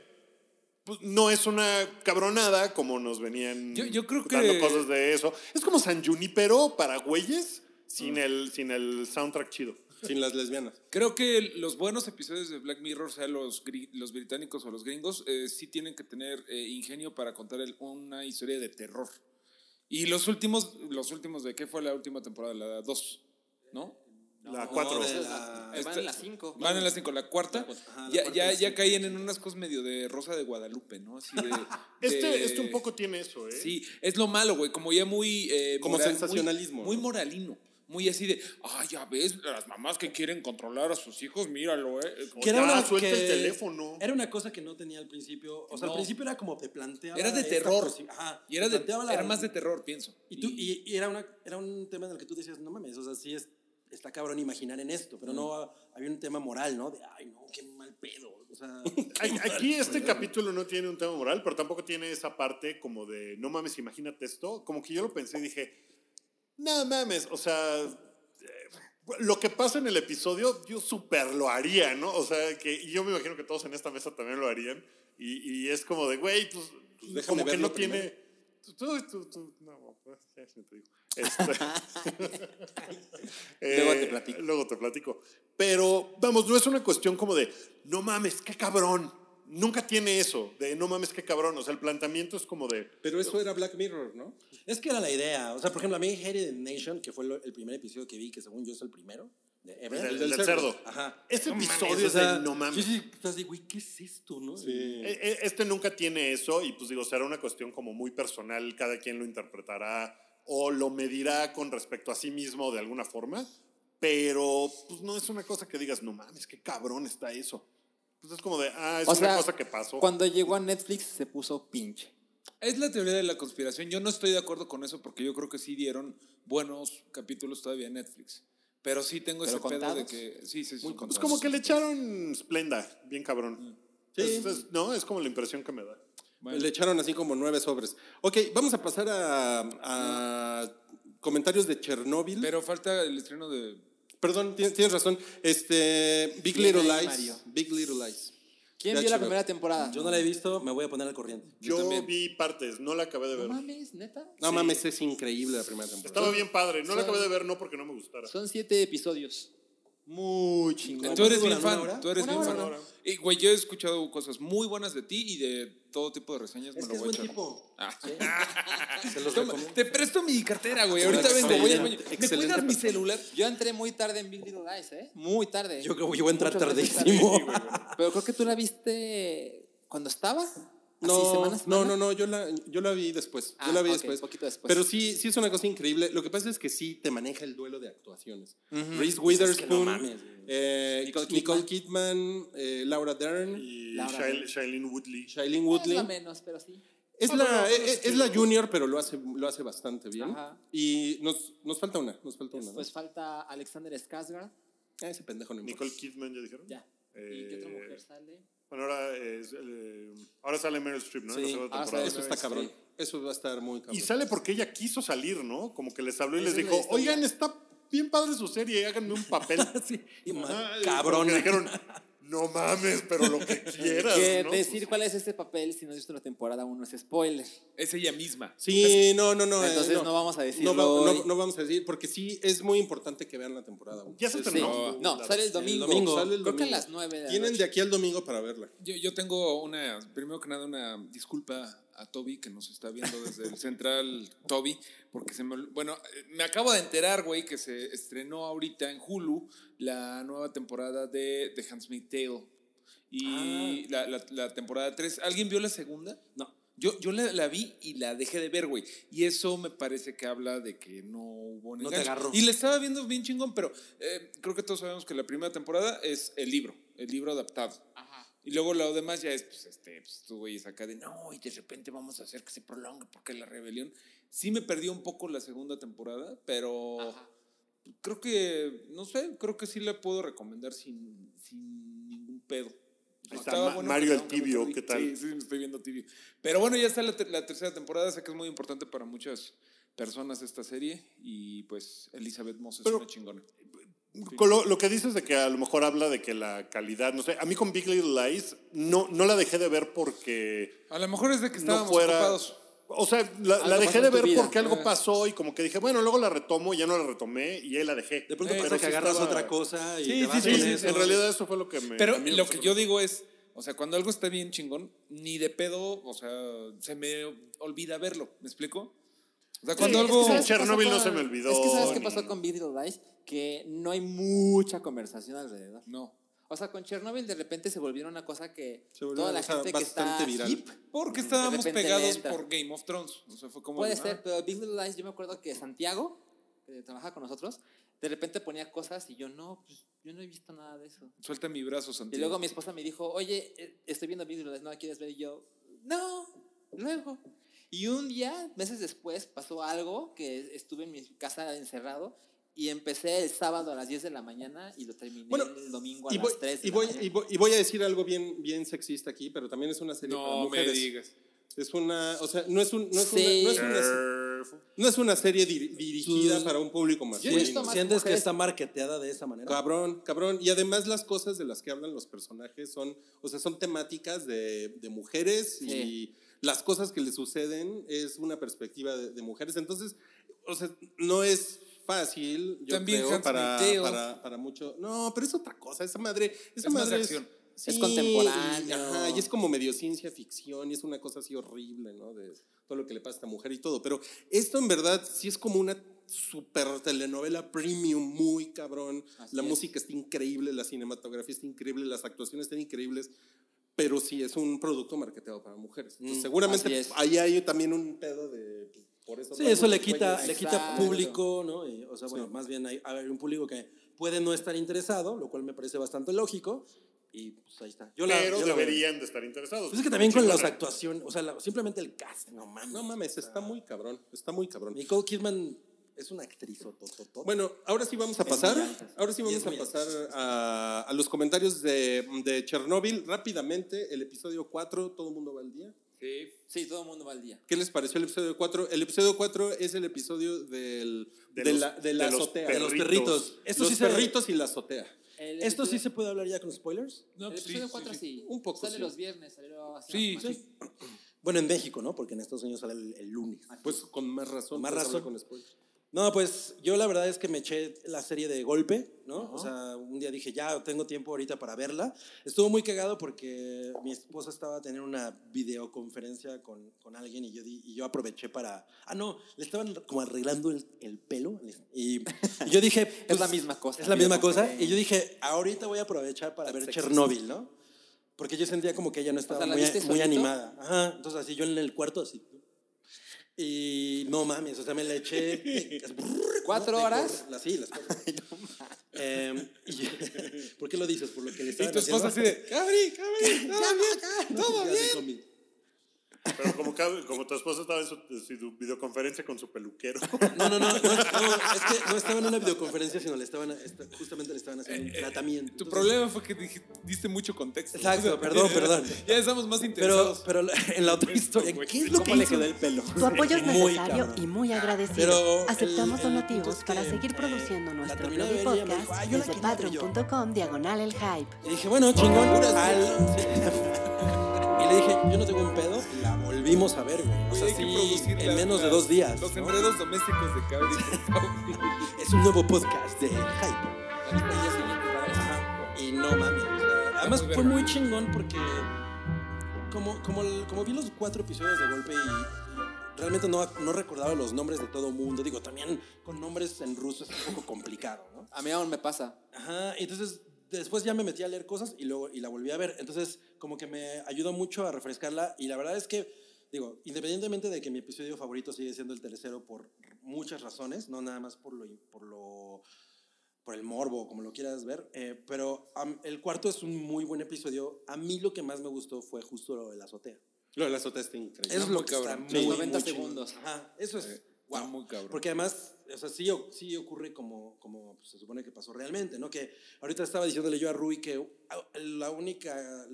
pues, no es una cabronada como nos venían
Yo- yo creo
dando
que-
cosas de eso. Es como San Junipero para güeyes sin, el, sin el soundtrack chido.
pues, sin las lesbianas.
Creo que los buenos episodios de Black Mirror, sea los, gri- los británicos o los gringos, eh, sí tienen que tener eh, ingenio para contar el- una historia de terror. Y los últimos, los últimos de qué fue la última temporada, la 2, ¿no?
la cuatro.
de
Ah, Van
la- este,
en las 5.
Van en las cinco, la cuarta.
Ajá, la
ya,
cuarta
ya,
es-
ya caían en unas cosas medio de Rosa de Guadalupe, ¿no? Así de.
Este,
de-
este un poco tiene eso, ¿eh?
Sí, es lo malo, güey. Como ya muy. eh,
Como
moral-
sensacionalismo,
Muy, muy
¿no?
moralino. Muy así de. Ah, ya ves, las mamás que quieren controlar a sus hijos, míralo, ¿eh?
Que era una- suelta el teléfono.
Era una cosa que no tenía al principio. O sea,
No.
al principio era como te planteaba.
Era de
esta
terror.
posi- Ajá.
Y era,
te
de,
planteaba la-
era más de terror, pienso.
Y, tú, y, y era, una, era un tema en el que tú decías, no mames, o sea, sí es, está cabrón imaginar en esto, pero no había un tema moral, ¿no? De, ay, no, qué mal pedo. O sea, [LAUGHS]
Ay, Aquí este capítulo no tiene un tema moral, pero tampoco tiene esa parte como de no mames, imagínate esto. Como que yo lo pensé y dije, no mames, o sea, eh, lo que pasa en el episodio, yo súper lo haría, ¿no? O sea, que y yo me imagino que todos en esta mesa también lo harían. Y, y es como de, güey, pues,
Pues déjame
como que
verlo
no tiene. Tú, tú- tú- tú- no, pues, ya se te digo. Este, eh,
Luego te platico.
Luego te platico. Pero, vamos, no es una cuestión como de, no mames, qué cabrón. Nunca tiene eso, de no mames, qué cabrón. O sea, el planteamiento es como de,
Pero eso era Black Mirror, ¿no?
Es que era la idea. O sea, por ejemplo, a mí Hated Nation, que fue lo- el primer episodio que vi, que según yo es el primero, de Ever.
del,
del
del cerdo.
cerdo.
Ajá.
Este episodio
mames, o
es
sea,
de no mames.
Sí, sí, estás de, güey, ¿qué es esto, no?
E- e- Este nunca tiene eso y pues digo, será una cuestión como muy personal, cada quien lo interpretará o lo medirá con respecto a sí mismo de alguna forma, pero pues no es una cosa que digas, no mames, qué cabrón está eso. Pues es como de, ah, es
O
una
sea,
cosa que pasó.
Cuando llegó a Netflix se puso pinche.
Es la teoría de la conspiración. Yo no estoy de acuerdo con eso porque yo creo que sí dieron buenos capítulos todavía en Netflix. Pero sí tengo
¿Pero
ese pedo de
contados?
que. Sí, sí, sí. son
Pues
contados.
como que le echaron Splenda, bien cabrón. Es- es- no, es como la impresión que me da.
Bueno.
Le echaron así como nueve sobres. Ok, vamos a pasar a, a comentarios de Chernóbil.
Pero falta el estreno de.
Perdón, tienes, tienes razón. Este, Big
Bien
Little
ahí,
Lies.
Mario.
Big Little Lies.
¿Quién
De
vio la
HBO.
primera temporada?
Yo no la he visto, me voy a poner al corriente.
Yo
Yo,
también.
vi partes, no la acabé de
No
ver.
mames, neta.
No mames, es increíble la primera temporada.
Estaba bien padre, no la
Son-
acabé de ver no porque no me gustara.
Son siete episodios. Muy chingón.
Tú eres
duran?
bien
¿Una
fan.
hora?
Tú eres
Una
bien
hora,
fan.
una hora.
Y, güey, yo he escuchado cosas muy buenas de ti y de todo tipo de reseñas.
Es
me
que es
lo voy
buen
a echar.
tipo.
Ah.
Se los
Toma,
recomiendo.
te presto mi cartera, güey. Ahorita vengo, voy al baño. ¿Me
Excelente
cuidas mi
persona.
celular?
Yo entré muy tarde en Big Little Lies, ¿eh? Muy tarde.
Yo creo que yo voy a entrar
Muchas veces
tardísimo. [LAUGHS]
tarde. Pero creo que tú la viste cuando estaba. Así,
No,
semana a
no,
semana.
no, no, yo la, yo la vi después.
Ah,
yo la vi
ok,
después.
poquito después.
Pero sí, sí es una cosa increíble. Lo que pasa es que sí te maneja el duelo de actuaciones.
Pues
Reese
Es que no
Witherspoon,
mames, güey.
eh,
Nicole
Nicole,
Kidman.
Kidman, eh, Laura Dern,
Y
Laura
Shail-
Dern.
Shailene Woodley.
Shailene
Más
Woodley.
o menos, pero sí.
Es
Ah,
la, e,
bueno,
es,
pues,
es- es la junior, pero lo hace, lo hace bastante bien.
Ajá.
Y nos, nos falta una, nos falta una. ¿no?
Pues falta Alexander Skarsgård.
Ah, ese pendejo no importa.
Nicole Kidman, ya dijeron.
Ya. ¿Y
Eh,
qué otra mujer sale?
Bueno, ahora, es, eh, ahora sale Meryl Streep, ¿no? En la
Sí,
segunda
ahora
temporada.
sale
Ah, Eso está
Meryl
cabrón.
Streep.
Eso va a estar muy cabrón.
Y sale porque ella quiso salir, ¿no? Como que les habló y
Esa
les
es la
dijo,
historia.
oigan, está bien padre su serie, háganme un papel.
Sí, y más
Ajá, y como
cabrón.
que dijeron, no mames, pero lo que quieras,
Que
¿no?
decir cuál es este papel si no has visto la temporada 1 es spoiler.
Es ella misma.
Sí, no, no, no. eh,
Entonces no vamos a decirlo
No, va- no-
hoy.
no vamos a decir, porque sí es muy importante que vean la temporada. uno.
Ya se
Es-
Sí.
terminó.
No,
La-
sale el domingo.
domingo. Sale el
Creo que a
domingo.
las 9 de la
Tienen
noche.
de aquí al domingo para verla.
Yo, yo tengo una, primero que nada, una disculpa a Toby que nos está viendo desde el central [LAUGHS] Toby, porque se me, ol- bueno, eh, me acabo de enterar, güey, que se estrenó ahorita en Hulu la nueva temporada de The Handmaid's Tale y la, la- la temporada 3. ¿Alguien vio la segunda?
No.
Yo, yo la, la vi y la dejé de ver, güey. Y eso me parece que habla de que no hubo un
No te
enganche.
agarró.
Y la estaba viendo bien chingón, pero eh, creo que todos sabemos que la primera temporada es el libro, el libro adaptado. Y luego lo demás ya es, pues, este, pues, tú, güey, acá de, no, y de repente vamos a hacer que se prolongue porque la rebelión. Sí me perdió un poco la segunda temporada, pero creo que, no sé, creo que sí la puedo recomendar sin, sin ningún pedo.
Ahí está
Estaba
Ma-
bueno,
Mario
pero
el
aunque me
Tibio,
perdí.
¿qué tal?
Sí, sí, me estoy viendo tibio. Pero bueno, ya está la, ter- la tercera temporada, sé que es muy importante para muchas personas esta serie y pues Elizabeth Moss es
Pero-
una chingona.
Con Lo, lo que dices de que a lo mejor habla de que la calidad, no sé, a mí con Big Little Lies no, no la dejé de ver porque...
A lo mejor es de que
no
estábamos
fuera.
ocupados.
O sea, la,
Algo
la
pasó
dejé
en
de
tu
ver
vida.
porque algo
Ah.
pasó y como que dije, bueno, luego la retomo, ya no la retomé y ahí la dejé.
De pronto
Eh,
pasa
Pero
que
sí
agarras
estaba-
otra cosa y
Sí,
te
sí,
vas
sí,
Sí,
con
sí,
eso.
en realidad eso fue lo que me.
Pero
a mí me
lo
pasó
que
con
yo
eso.
digo es, o sea, cuando algo está bien chingón, ni de pedo, o sea, se me olvida verlo, ¿me explico? O sea, cuando
Sí,
algo...
es que sabes-
qué
Chernobyl
pasó
no se me olvidó,
Es que ¿sabes qué
ni-
pasó con Big Little Lies? Que no hay mucha conversación alrededor.
No,
O sea, con Chernobyl de repente se volvió una cosa que
Se volvió
toda
una
la
cosa
gente que
Ah,
está
bastante viral.
hip
porque estábamos
repente
pegados
lenta.
por Game of Thrones, o sea, fue como...
puede
ah,
ser, pero Big Little Lies yo me acuerdo que Santiago, que trabaja con nosotros, de repente ponía cosas y yo no, pues yo no he visto nada de eso.
"Ah, Suelta mi brazo,
Y
Santiago.
luego mi esposa me dijo, oye, eh, estoy viendo Big Little Lies, ¿no la quieres ver? Y yo, no, luego. Y un día, meses después, pasó algo que estuve en mi casa encerrado y empecé el sábado a las 10 de la mañana y lo terminé
Bueno,
el domingo a
Y voy,
las 3 de
y,
la
voy,
mañana.
y, voy, y voy a decir algo bien, bien sexista aquí, pero también es una serie para
No me
mujeres.
digas.
Es una, o sea, no es, un, no es,
Sí.
una, no es una- no es una serie dir- dirigida
Sus-
para un público
Yo he
Sí,
visto
masculino.
más
¿Sientes que
mujeres-
está marketeada de esa manera?
Cabrón, cabrón. Y además las cosas de las que hablan los personajes son, o sea, son temáticas de, de mujeres
Sí.
y las cosas que le suceden es una perspectiva de, de mujeres. Entonces, o sea, no es fácil, yo
También
creo,
Hans
para,
Mateo.
para, para mucho. No, pero es otra cosa, esa madre, esa
Es más
madre
de acción.
Es contemporáneo.
y- ajá, y es como medio ciencia ficción y es una cosa así horrible, ¿no? De todo lo que le pasa a esta mujer y todo. Pero esto en verdad sí es como una super telenovela premium, muy cabrón.
Así
la
es.
música está increíble, la cinematografía está increíble, las actuaciones están increíbles. Pero sí, es un producto marketeado para mujeres. Entonces,
Mm, así
seguramente
es.
ahí hay también un pedo de... pues, Por eso
Sí,
hay
eso le
muchos
quita,
güeyes.
le quita
Exacto.
público, ¿no? Y, o sea, bueno,
Sí.
más bien hay, hay un público que puede no estar interesado, lo cual me parece bastante lógico. Y pues ahí está. Yo la-
Pero
yo la veo.
deberían de estar interesados.
Pues es que también con
Chingona.
las actuaciones, o sea, la- simplemente el cast, no mames.
No mames,
Ah.
está muy cabrón, está muy cabrón.
Nicole Kidman es una actriz. otototota.
Bueno, ahora sí vamos a
Es
pasar.
muy alta.
Ahora sí
Y
vamos
es
a
muy
pasar a, a los comentarios de, de Chernóbil rápidamente. El episodio 4, todo el mundo va al día.
Sí.
Sí, todo el mundo va al día.
¿Qué les pareció el episodio 4? El episodio 4 es el episodio del, de,
De los-
la, de la
de los
azotea.
perritos.
De los perritos.
Esto
los
sí se-
perritos y la azotea.
El
¿Esto sí
episodio-
se puede hablar ya con spoilers?
No,
el
pues sí,
episodio
sí,
4 sí,
sí.
Un poco,
Sale
sí.
los viernes, salió hace
Sí,
una semana.
sí.
Bueno, en México, ¿no? Porque en Estados Unidos sale el, el lunes.
Pues con más razón.
Más
puedes hablar
razón.
con spoilers.
No, pues yo la verdad es que me eché la serie de golpe, ¿no? O sea, un día dije, ya tengo tiempo ahorita para verla. Estuvo muy cagado porque mi esposa estaba teniendo una videoconferencia con, con alguien y yo, di- y yo aproveché para... Ah, no, le estaban como arreglando el, el pelo. Y, y yo dije... pues,
la misma cosa,
Es la misma cosa.
videoconferencia.
Y yo dije, ahorita voy a aprovechar para ver
Sexy.
Chernobyl, ¿no? Porque yo sentía como que ella no estaba
sea, ¿la
muy,
viste
muy
solito?
animada. Ajá, entonces así yo en el cuarto así... Y no mames, o sea, me la eché.
¿Cuatro
De
horas?
cor- las- sí, las cuatro. Em, y- [LAUGHS] ¿Por qué lo dices? Por lo que le
Y
estaban
tu esposa así
haciendo. "Ah,
de, Cabri, Cabri, todo bien, todo
Ya
bien.
se comí.
Pero como, cada- como tu esposa estaba en su, en su videoconferencia con su
[LAUGHS]
peluquero.
No, no, no, no, no, es que no estaba en una videoconferencia, sino le estaban, esta- justamente le estaban haciendo un tratamiento.
Tu
Entonces,
problema fue que dije- diste mucho contexto.
Exacto,
[LAUGHS]
perdón, perdón.
Ya estamos más
Pero,
interesados.
pero en la otra historia,
güey.
¿qué es lo que
¿Cómo le
hizo?
quedó el pelo?
Tu apoyo es
[LAUGHS] Muy
necesario
cabrón.
y muy agradecido.
Pero
Aceptamos
el- el punto
donativos
es
para
que,
seguir
eh,
produciendo
la
nuestro
terminé
blog
de
y
ver y ella me dijo,
podcast
"Ay, yo la
desde
quería ver yo".
patreon.com diagonal el hype.
Y dije, bueno, chingón. al- [LAUGHS] Y le dije, yo no tengo un pedo. y La volvimos a ver, güey. O sea,
Hay
sí,
que producir
en
las-
menos de
las-
dos días.
Los
¿no?
enredos domésticos de Cabri.
[LAUGHS]
por favor.
Es un nuevo podcast de Hype.
La viste al día siguiente, ¿sabes?
Y no mames. o sea, además
muy
fue
verga.
muy chingón porque como, como, el- como vi los cuatro episodios de golpe y, y realmente no, no recordaba los nombres de todo mundo. Digo, también con nombres en ruso es un poco complicado, ¿no?
A mí aún me pasa.
Ajá, y entonces después ya me metí a leer cosas y luego y la volví a ver. Entonces, como que me ayudó mucho a refrescarla y la verdad es que digo, independientemente de que mi episodio favorito sigue siendo el tercero por muchas razones, no nada más por lo por lo por el morbo, como lo quieras ver, eh, pero am, el cuarto es un muy buen episodio. A mí lo que más me gustó fue justo lo de la azotea.
Lo de la azotea está increíble.
Eso es
muy
lo que está
cabrón.
muy,
Sí, 90
muy chingón.
segundos.
Ajá, eso es
Está muy cabrón.
porque además, o sea, sí, o- sí ocurre como, como pues, se supone que pasó realmente, ¿no? Que ahorita estaba diciéndole yo a Rui que au- la única,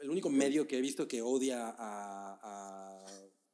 el único medio que he visto que odia a, a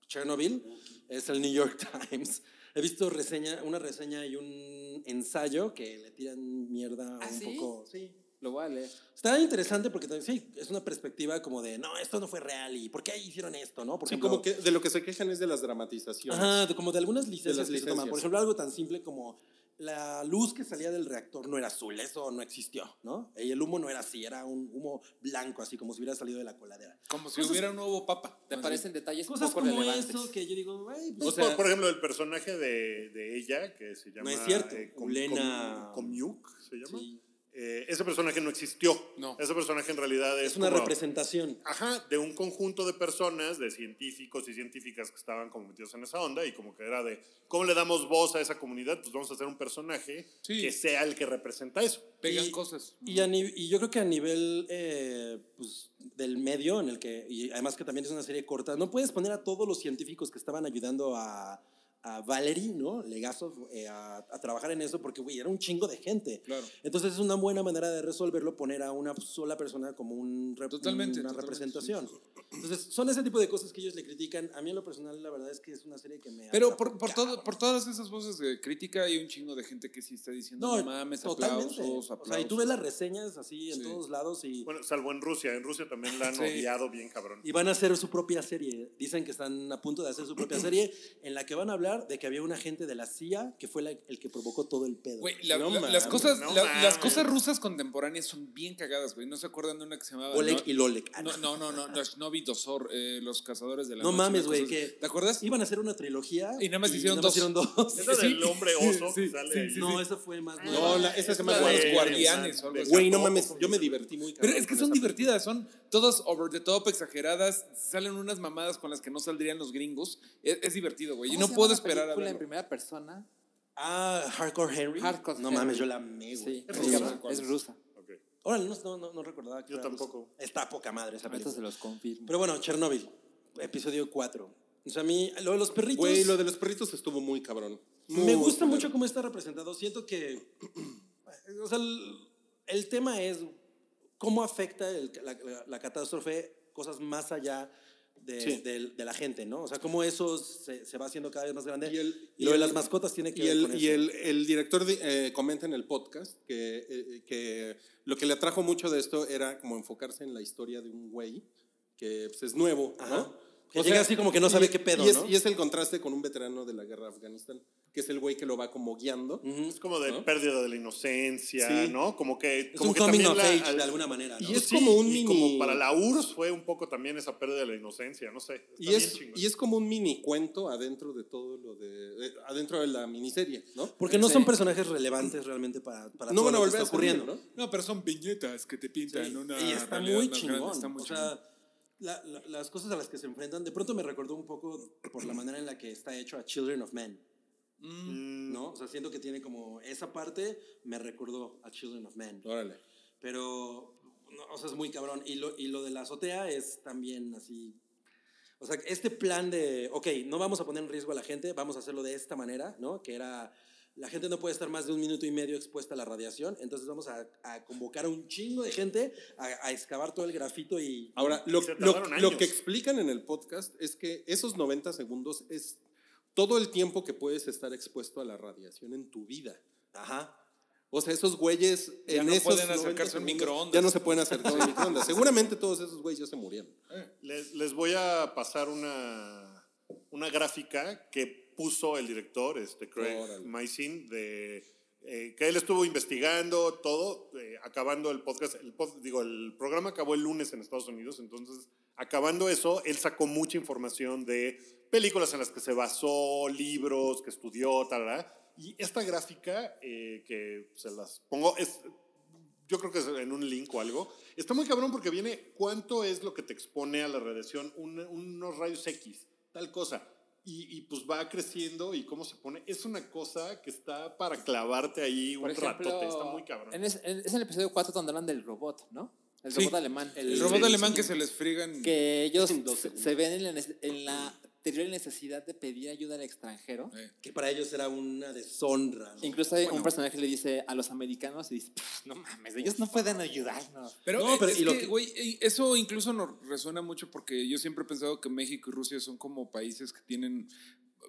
Chernobyl es el New York Times. He visto reseña, una reseña y un ensayo que le tiran mierda
¿Ah,
un
sí?
poco. Sí.
Lo voy a leer.
Está interesante porque también, sí, es una perspectiva como de, no, esto no fue real y ¿por qué hicieron esto? ¿no? Por
Sí,
ejemplo,
como que de lo que se quejan es de las dramatizaciones.
Ajá, de- como de algunas
De
licencias
las
que se toman.
licencias.
Por ejemplo, algo tan simple como la luz que salía del reactor no era azul, eso no existió, ¿no? Y el humo no era así, era un humo blanco, así como si hubiera salido de la coladera.
Como si hubiera un nuevo papa.
Te parecen detalles
Cosas
poco
como
relevantes.
eso que yo digo, "Ay, pues,
Pues,
o sea,
por, por ejemplo, el personaje de, de ella, que se llama. eh,
es cierto,
Com-
Ulena-
Com- Comiuk, se llama.
sí,
Eh, ese personaje no existió.
No.
Ese personaje en realidad es.
es una
como-
representación.
Ajá, de un conjunto de personas, de científicos y científicas que estaban como metidos en esa onda y como que era de, ¿cómo le damos voz a esa comunidad? Pues vamos a hacer un personaje
Sí.
que sea el que representa eso.
Pegan
Y-
cosas.
Y, a ni- y yo creo que a nivel eh, pues, del medio en el que, y además que también es una serie corta, no puedes poner a todos los científicos que estaban ayudando a, a Valery, ¿no? Legasov, eh, a, a trabajar en eso, porque, güey, era un chingo de gente.
Claro.
Entonces es una buena manera de resolverlo, poner a una sola persona como un rep-
Totalmente,
una
totalmente,
representación. Entonces, son ese tipo de cosas que ellos le critican. A mí en lo personal, la verdad es que es una serie que me...
Pero
atrapa
por, por, todo, por todas esas voces de crítica hay un chingo de gente que sí está diciendo, no, mames, aplausos,
totalmente.
aplausos.
O sea, y tú ves las reseñas así en
Sí.
todos lados y,
Bueno, salvo en Rusia. En Rusia también la han
Sí.
odiado bien cabrón.
y van a hacer su propia serie. Dicen que están a punto de hacer su propia serie en la que van a hablar de que había un agente de la CIA que fue la- el que provocó todo el pedo.
Güey, la-
No
la-
mames,
las, cosas,
no
la-
mames.
las cosas rusas contemporáneas son bien cagadas, güey. No se acuerdan de una que se llamaba...
Oleg
no,
y Lolek. Ah,
no, no, no, no, no, Shinobi Dosor, eh, los cazadores de la
No
noche,
mames,
una
güey,
cosa así.
que-
¿Te acuerdas?
Iban a hacer una trilogía.
Y nada más hicieron dos. [LAUGHS]
dos.
Esa del hombre oso
sí,
que sale.
sí,
ahí.
sí,
No, esa fue más nueva.
No, la- esa se
Es
me
la
Los
de-
guardianes o algo así.
Güey, no mames, yo me divertí muy
Pero
cabrón
es que
con
son
esa
divertidas, son todas over the top, exageradas, salen unas mamadas con las que no saldrían los gringos. Es, es divertido, güey. Y
¿Cómo
no
se llama
puedo
la
esperar a
película en
verlo.
primera persona.
Ah, Hardcore Henry.
Hardcore
no
Henry.
mames, yo la amé, güey.
Sí,
Es
es
rusa.
rusa. Es rusa.
Ok.
Órale, no, no, no, no recordaba. que
Yo
era
tampoco.
rusa. Está poca madre esa
Ahorita
película.
se los confirmo.
Pero bueno, Chernobyl, episodio 4. O sea, a mí, lo de los perritos.
Güey, lo de los perritos estuvo muy cabrón.
me
Muy
gusta
culero.
mucho cómo está representado. Siento que. [CLEARS THROAT] O sea, el, el tema es cómo afecta el- la, la- la catástrofe cosas más allá de,
Sí.
del- de la gente, ¿no? O sea, cómo eso se, se va haciendo cada vez más grande.
Y el-
lo
y
de
el-
las mascotas tiene que
Y
ver
el,
con eso.
y el, el director de- eh, comenta en el podcast que, eh, eh, que lo que le atrajo mucho de esto era como enfocarse en la historia de un güey que pues, es nuevo,
Ajá.
¿no?
Que llega así como que no sabe qué pedo,
y es,
¿no?
y es el contraste con un veterano de la guerra de Afganistán, que es el güey que lo va como guiando.
Mm,
Es como de
¿No?
pérdida de la inocencia,
Sí.
¿no? Como que.
es
como
un
que
coming
también
of
la-
age,
al- pues
de alguna manera, ¿no?
y es
Sí,
como un
y
mini-
como para la URSS fue un poco también esa pérdida de la inocencia, no sé. Está
Y
bien
es,
chingón.
y es como un mini cuento adentro de todo lo de. eh, adentro de la miniserie, ¿no?
Porque no son
Sí.
personajes relevantes realmente para, para
no
todo
van a
lo que
volver a
está ocurriendo,
ocurriendo, ¿no?
No, pero son viñetas que te pintan
Sí,
una.
y está
realidad
muy
más
chingón.
grande, está muy
o sea, la- la- las cosas a las que se enfrentan, de pronto me recordó un poco por la manera en la que está hecho a Children of Men,
chingón. Mm.
Mm,
¿no? O sea, siento que tiene como esa parte, me recordó a Children of Men.
Órale.
Pero, no, o sea, es muy cabrón. Y lo, y lo de la azotea es también así. O sea, este plan de, ok, no vamos a poner en riesgo a la gente, vamos a hacerlo de esta manera, ¿no? Que era, la gente no puede estar más de un minuto y medio expuesta a la radiación, entonces vamos a, a convocar a un chingo de gente a, a excavar todo el grafito y...
Ahora, lo,
se
lo-
tardaron
lo
años.
que explican en el podcast es que esos 90 segundos es todo el tiempo que puedes estar expuesto a la radiación en tu vida.
Ajá.
O sea, esos güeyes
Ya
en
no
esos
pueden
90
acercarse a un
segundos
microondas.
Ya no se pueden acercar a un microondas. Seguramente todos esos güeyes ya se murieron.
les, les voy a pasar una, una gráfica que puso el director, este Craig
Órale.
Mason, de eh, que él estuvo investigando todo, eh, acabando el podcast, el pod- digo, el programa acabó el lunes en Estados Unidos, entonces acabando eso, él sacó mucha información de películas en las que se basó, libros que estudió, tal, tal, tal. y esta gráfica eh, que se las pongo, es, yo creo que es en un link o algo, está muy cabrón porque viene cuánto es lo que te expone a la radiación, un- unos rayos X, tal cosa. Y, y, pues va creciendo y cómo se pone. Es una cosa que está para clavarte ahí un
Por ejemplo,
ratote. Está muy cabrón.
en es, en- es el episodio 4 donde hablan del robot, ¿no? El
Sí.
robot alemán.
El robot alemán que se les friegan.
Que ellos
En dos
se-
segundos.
se ven en la, nece- en la terrible necesidad de pedir ayuda al extranjero.
Eh,
Que para ellos era una deshonra. ¿no?
Incluso hay un personaje le dice a los americanos y dice, "Pff, no mames, ellos no pueden ayudarnos.
Pero,
No,
eh,
pero
es
y lo
que,
que-
güey, eh, eso incluso nos resuena mucho porque yo siempre he pensado que México y Rusia son como países que tienen,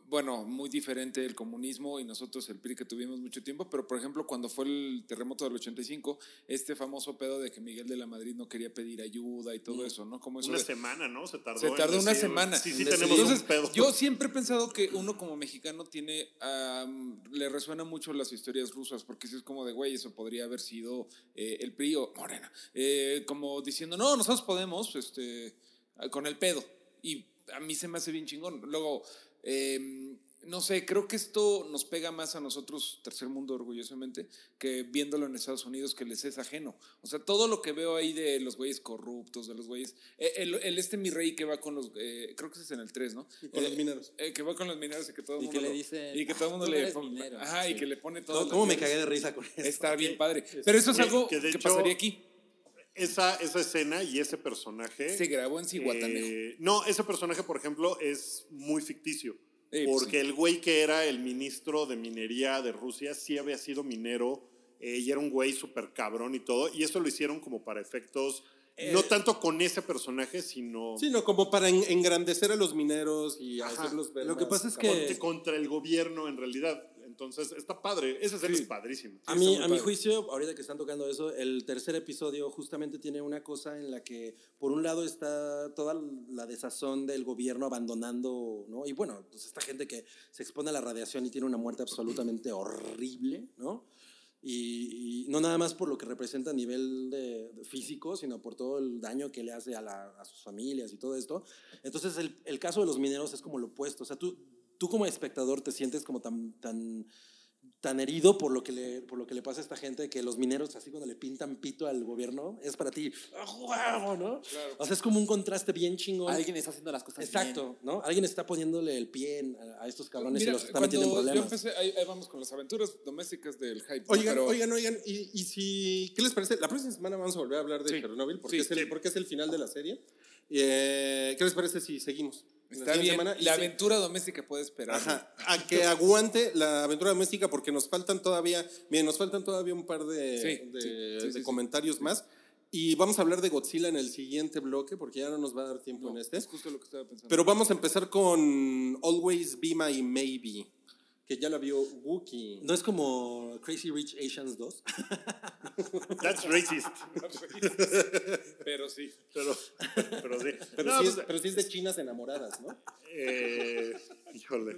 bueno, muy diferente el comunismo y nosotros el PRI que tuvimos mucho tiempo, pero por ejemplo cuando fue el terremoto del 85, este famoso pedo de que Miguel de la Madrid no quería pedir ayuda y todo eso, ¿no? Como eso
Una
de-
semana, ¿no? Se tardó.
se
en
tardó una
decir,
semana.
Sí, sí,
En decidir.
tenemos
Entonces,
un pedo.
Yo siempre he pensado que uno como mexicano tiene, am, le resuena mucho las historias rusas, porque si es como de, güey, eso podría haber sido eh, el PRI o Morena, eh, como diciendo, no, nosotros podemos, este, con el pedo. Y a mí se me hace bien chingón. Luego, em, no sé, creo que esto nos pega más a nosotros, tercer mundo orgullosamente, que viéndolo en Estados Unidos que les es ajeno. O sea, todo lo que veo ahí de los güeyes corruptos, de los güeyes... eh, El, el este mi rey que va con los... eh, creo que ese es en el 3, ¿no?
Y con
Eh,
los mineros.
eh, que va con los mineros y que todo el
Y
mundo
que le
lo-
dicen,
Y que todo el mundo
"Tú no
le...
eres
pone-
minero".
ajá, y
Sí.
que le pone todo...
¿Cómo, cómo me cagué de risa con eso?
Está bien padre. Pero eso es
Que-
algo
que
que,
de hecho-
pasaría aquí.
Esa, esa escena y ese personaje.
Se grabó en Cihuatanejo.
Eh, no, ese personaje, por ejemplo, es muy ficticio.
Eh, pues
porque
sí.
el güey que era el ministro de minería de Rusia sí había sido minero eh, y era un güey súper cabrón y todo. Y eso lo hicieron como para efectos no tanto con ese personaje, sino
Sino como para en- engrandecer a los mineros y
Ajá.
hacerlos ver.
Lo que
más
pasa es
contra,
que-
contra el gobierno en realidad. Entonces, está padre. Esa serie es padrísima.
A, mí, a mi juicio, ahorita que están tocando eso, el tercer episodio justamente tiene una cosa en la que, por un lado, está toda la desazón del gobierno abandonando, ¿no? Y bueno, pues esta gente que se expone a la radiación y tiene una muerte absolutamente horrible, ¿no? Y, y no nada más por lo que representa a nivel de- de físico, sino por todo el daño que le hace a, la- a sus familias y todo esto. Entonces, el, el caso de los mineros es como lo opuesto. O sea, tú, tú como espectador te sientes como tan, tan, tan herido por lo, que le, por lo que le pasa a esta gente que los mineros, así cuando le pintan pito al gobierno, es para ti, ¡ah, huevo! ¿no? O sea, es como un contraste bien chingón.
Alguien está haciendo las cosas
Exacto,
bien.
¿no? Alguien está poniéndole el pie en- a- a estos cabrones
Mira,
y los está
cuando
metiendo en
yo
problemas.
empecé, ahí, ahí vamos con las aventuras domésticas del hype. ¿no?
Oigan,
Pero-
oigan, oigan, y, y si, ¿qué les parece? La próxima semana vamos a volver a hablar de
Sí.
Chernobyl porque,
Sí,
es el,
sí.
porque es el final de la serie. Eh, ¿Qué les parece si seguimos? La
Está
siguiente
bien,
semana. Y
la
sí,
aventura doméstica puede esperar.
Ajá, a que aguante la aventura doméstica porque nos faltan todavía, miren, nos faltan todavía un par de,
Sí,
de-
sí, sí,
de
sí, sí.
comentarios más. Y vamos a hablar de Godzilla en el siguiente bloque porque ya no nos va a dar tiempo
No,
en este.
Es justo lo que estaba pensando.
Pero vamos a empezar con Always Be My Maybe, que ya la vio Wookie.
¿No es como Crazy Rich Asians 2?
That's racist. [LAUGHS]
[LAUGHS] Pero sí.
Pero, pero sí.
Pero,
No,
sí es,
pues,
pero sí es de chinas enamoradas, ¿no?
eh, híjole.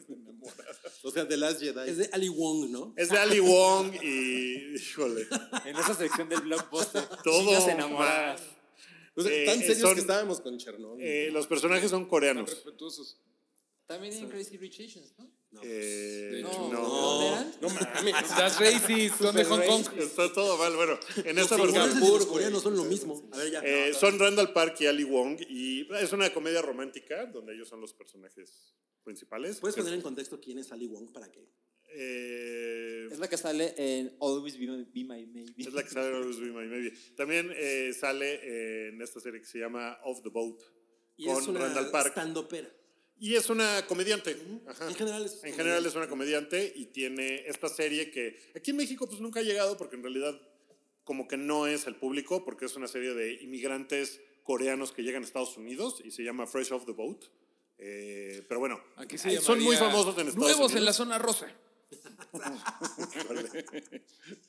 O sea, de las Jedi.
Es de Ali Wong, ¿no?
Es de Ali Wong y. Híjole.
En esa sección del blockbuster.
Todo
chinas enamoradas.
mal.
O sea,
eh,
tan
eh,
serios
son-
que estábamos con Chernobyl.
Eh, los personajes son coreanos.
Respetuosos.
También en Crazy Rich Asians, ¿no?
Eh, no.
No,
¿No eran?
no mames.
That's racist. Son de Hong Kong.
Está todo mal. Bueno, en esta versión.
Los japoneses y los
güey.
coreanos son lo mismo. A ver, ya.
Eh, son Randall Park y Ali Wong y es una comedia romántica donde ellos son los personajes principales.
¿Puedes
Pues,
poner en contexto quién es Ali Wong para qué?
eh,
Es la que sale en Always Be My, Be My Maybe.
es la que sale en Always Be My Maybe. También eh, sale eh, en esta serie que se llama Off the Boat
Y
con
es una
Randall Park.
stand-upera.
Y es una comediante. Ajá.
En general es
En general es una comediante y tiene esta serie que aquí en México pues nunca ha llegado porque en realidad como que no es el público porque es una serie de inmigrantes coreanos que llegan a Estados Unidos y se llama Fresh Off the Boat. Eh, pero bueno,
Aquí se
eh,
llamaría
son muy famosos en Estados
Nuevos
Unidos.
en la zona rosa.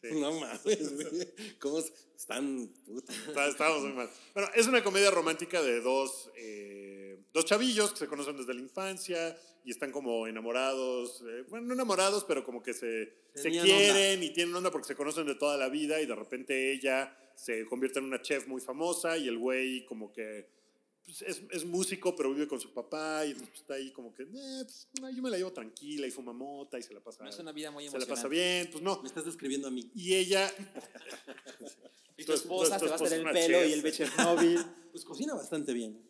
eh, No [LAUGHS] mames, güey. ¿Cómo es- están? puta?
Está- Estábamos muy mal. Bueno, es una comedia romántica de dos, eh, dos chavillos que se conocen desde la infancia y están como enamorados. eh, bueno, no enamorados, pero como que se, se
Tenían
quieren y tienen onda porque se conocen de toda la vida y de repente ella se convierte en una chef muy famosa y el güey como que pues, es, es músico, pero vive con su papá y entonces, pues, está ahí como que, "Eh, pues, no, yo me la llevo tranquila y fuma mota y se la pasa,
No es una vida muy
se la
emocionante.
pasa bien. Pues no.
Me estás describiendo a mí.
Y ella
Y
Tu
tu esposa
esposa
te va a hacer
es
el
una
pelo
chef.
y el ve Chernobyl.
[LAUGHS]
Pues cocina bastante bien.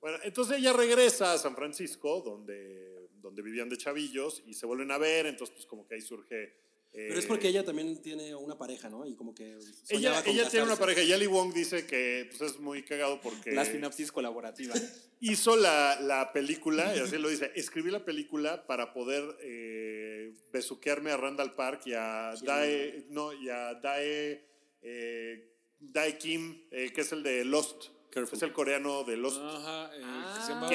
Bueno, entonces ella regresa a San Francisco, donde, donde vivían de chavillos, y se vuelven a ver, entonces pues como que ahí surge... eh,
Pero es porque ella también tiene una pareja, ¿no? Y como que soñaba
Ella,
con
ella tiene una
casarse.
pareja y Ali Wong dice que pues, es muy cagado porque
La sinopsis colaborativa.
hizo la, la película, y así lo dice, escribí la película para poder eh, besuquearme a Randall Park y a
¿Quién?
Dae, no, y a Dae, eh, Dae Kim, eh, que es el de Lost, es el coreano de Lost.
Ah.
Ajá. eh, que se
Ah,
llamaba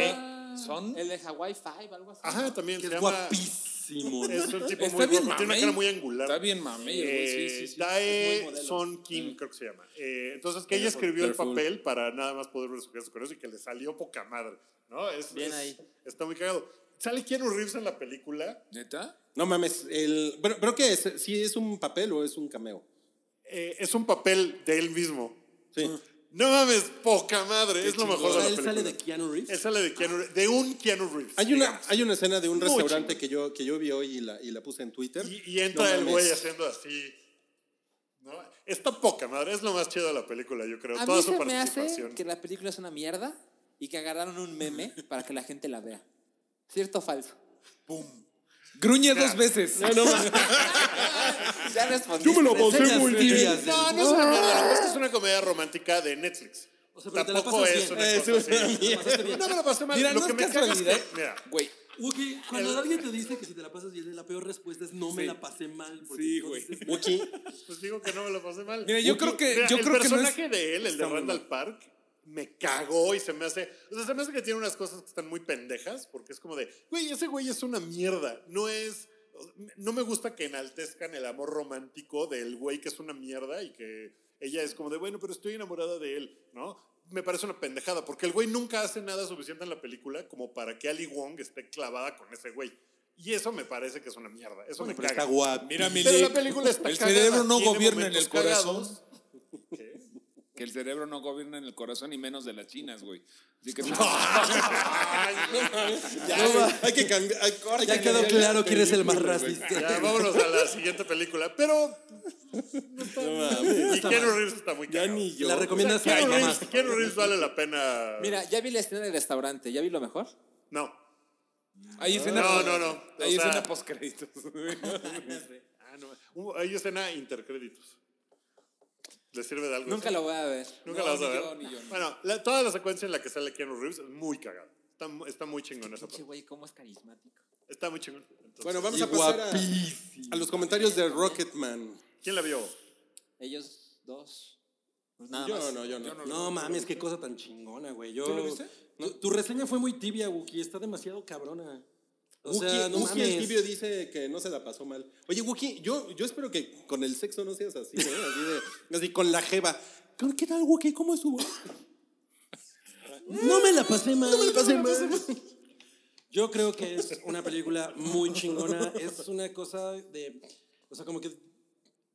¿Qué?
Son.
El de Hawaii Five, algo así.
Ajá, también
Que
se
es
llama...
guapísimo. ¿no?
Es un tipo
Está
muy
bien
guapo, tiene una
mamey.
cara muy angular.
Está bien mame. el güey,
Eh,
sí, sí, sí.
Dae
Es muy modelo.
Son Kim, creo que se llama. Eh, entonces, que ella
Beautiful,
escribió el
beautiful.
papel para nada más poder resucitar su corazón y que le salió poca madre. ¿no? Es,
Bien
es-
ahí.
Está muy cagado. ¿Sale Keanu Reeves en la película?
¿Neta?
No mames. El, ¿pero, pero qué es? ¿Sí es un papel o es un cameo?
Eh, es un papel de él mismo.
Sí.
No mames, poca madre. es lo mejor
O
de la
sea, él
película.
sale de Keanu Reeves.
Él sale de Keanu Reeves, de un Keanu Reeves.
Hay una,
digamos.
hay una escena de un
Muy
restaurante que yo, que yo vi hoy y la, y la puse en Twitter.
Y, y entra
No
el
mames.
güey haciendo así. ¿no? Está poca madre. Es lo más chido de la película, yo creo.
A
Toda
mí
su
se me
participación.
hace que la película es una mierda y que agarraron un meme para que la gente la vea. ¿Cierto o falso?
Gruñe dos veces.
Ah.
Ya respondí. Yo me lo
Escenas tibias del-
No, no es una mierda. Lo que pasa es que es una comedia romántica de Netflix.
O sea, pero te la
Tampoco
pasas
es
bien. Eh,
una
Es
cosa
[LAUGHS]
una
así. ¿eh? No me lo pasé mal.
Mira,
lo
no
que
es
me caga es
casualidad.
que- mira,
Güey.
Wookie, cuando alguien te dice que si te la pasas bien, la peor respuesta es no me la pasé mal. porque
Sí,
entonces
güey.
es- [LAUGHS]
Wookie,
[LAUGHS] pues digo que no me lo pasé mal.
Mira, yo creo que- yo
el
creo que no es-
personaje de él, el de Randall Park, me cagó y se me hace. O sea, se me hace que tiene unas cosas que están muy pendejas, porque es como de, güey, ese güey es una mierda. No es. o sea, No me gusta que enaltezcan el amor romántico del güey que es una mierda y que ella es como de, bueno, pero estoy enamorada de él, ¿no? Me parece una pendejada, porque el güey nunca hace nada suficiente en la película como para que Ali Wong esté clavada con ese güey. Y eso me parece que es una mierda. Eso me
pero
caga.
está guapo.
Mira, mi
Pero
Lick,
la película está
El
cagada,
cerebro no
tiene
gobierna en el
momentos
corazón.
cagados. ¿Qué?
Que el cerebro no gobierna en el corazón y menos de las chinas, güey. Así que.
Ay,
Ya, hay que cambiar. hay- hay
Ya
que
quedó
cambiar.
claro quién es el más racista.
ya, vámonos a la siguiente película. Pero.
No mames.
Y Keanu Reeves está muy
Ya
cagado.
ni yo.
La recomiendas a
Keanu
alguien
Reeves,
más.
Keanu Reeves vale la pena.
Mira, ya vi la escena del restaurante, ¿ya vi lo mejor?
No.
Hay escena
No, no, no. O
Hay
sea-
escena postcréditos.
Ah, no. Hubo- Hay escena intercréditos. ¿Le sirve de algo?
Nunca
eso?
lo voy a ver.
Nunca
no,
la vas a
ni
ver.
yo, ni yo, ni yo.
bueno, la- toda la secuencia en la que sale Keanu Reeves es muy cagada. Está, mu- está muy chingón esa
Pinche
parte.
güey, cómo es carismático.
Está muy chingón. Entonces,
Bueno, vamos
Y
a pasar a, a los comentarios de Rocketman.
¿Quién la vio?
Ellos dos. Pues nada
yo,
más.
no, yo no,
No mames, qué cosa tan chingona, güey. Yo,
¿Tú lo viste?
Tu, tu reseña fue muy tibia, Wookie. Está demasiado cabrona. O
Wookie,
sea, no
Wookie
mames.
el tibio dice que no se la pasó mal. Oye, Wookie, yo, yo espero que con el sexo no seas así, ¿eh? Así de, así con la jeva. ¿Qué- ¿Qué tal, Wookie? ¿Cómo estuvo?
No me la pasé mal. No me la
pasé mal.
Yo creo que es una película muy chingona. Es una cosa de. O sea, como que.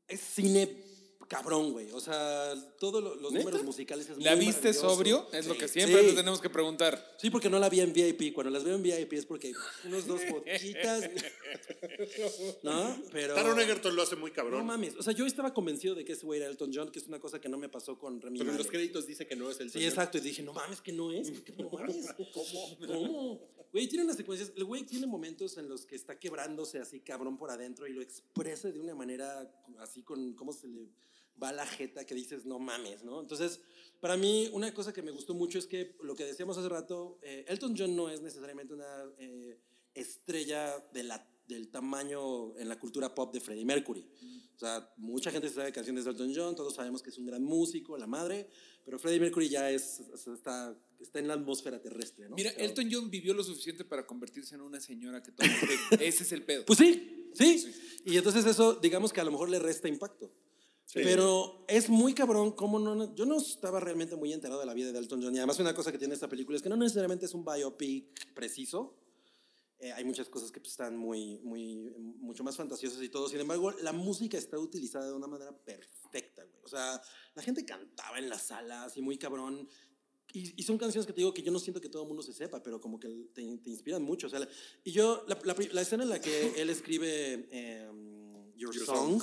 Es cine cabrón, güey. O sea, todos lo- los números musicales. Es
¿La
muy
viste
maravilloso.
sobrio? Es lo
Sí.
que siempre
Sí.
nos tenemos que preguntar.
Sí, porque no la vi en VIP. Cuando las veo en VIP es porque unos dos
[LAUGHS]
botitas. ¿No? Pero.
Taron Egerton lo hace muy
No
cabrón.
mames. O sea, yo estaba convencido de que ese güey era Elton John, que es una cosa que no me pasó con Remy
Pero en
Malek.
los créditos dice que no es el
Sí,
señor.
exacto. Y dije, no mames, que no es. ¿Qué no mames? ¿Cómo? ¿Cómo? Güey, tiene unas secuencias. El güey tiene momentos en los que está quebrándose así cabrón por adentro y lo expresa de una manera así con cómo se le va la jeta que dices, no mames, ¿no? Entonces, para mí, una cosa que me gustó mucho es que lo que decíamos hace rato, eh, Elton John no es necesariamente una eh, estrella de la- del tamaño en la cultura pop de Freddie Mercury. O sea, mucha gente sabe canciones de Elton John, todos sabemos que es un gran músico, la madre, pero Freddie Mercury ya es, o sea, está, está en la atmósfera terrestre, ¿no?
Mira,
Pero-
Elton John vivió lo suficiente para convertirse en una señora que [LAUGHS] toma té. Ese es el pedo.
Pues sí, sí, Y entonces eso, digamos que a lo mejor le resta impacto. Pero es muy cabrón cómo no... Yo no estaba realmente muy enterado de la vida de Elton John. Y además una cosa que tiene esta película es que no necesariamente es un biopic preciso. Eh, hay muchas cosas que pues, están muy, muy, mucho más fantasiosas y todo. Sin embargo, la música está utilizada de una manera perfecta, güey. O sea, la gente cantaba en las salas y muy cabrón. Y, y son canciones que te digo que yo no siento que todo el mundo se sepa, pero como que te, te inspiran mucho. O sea, la- y yo, la, la pri- la escena en la que él escribe em, Your, Song,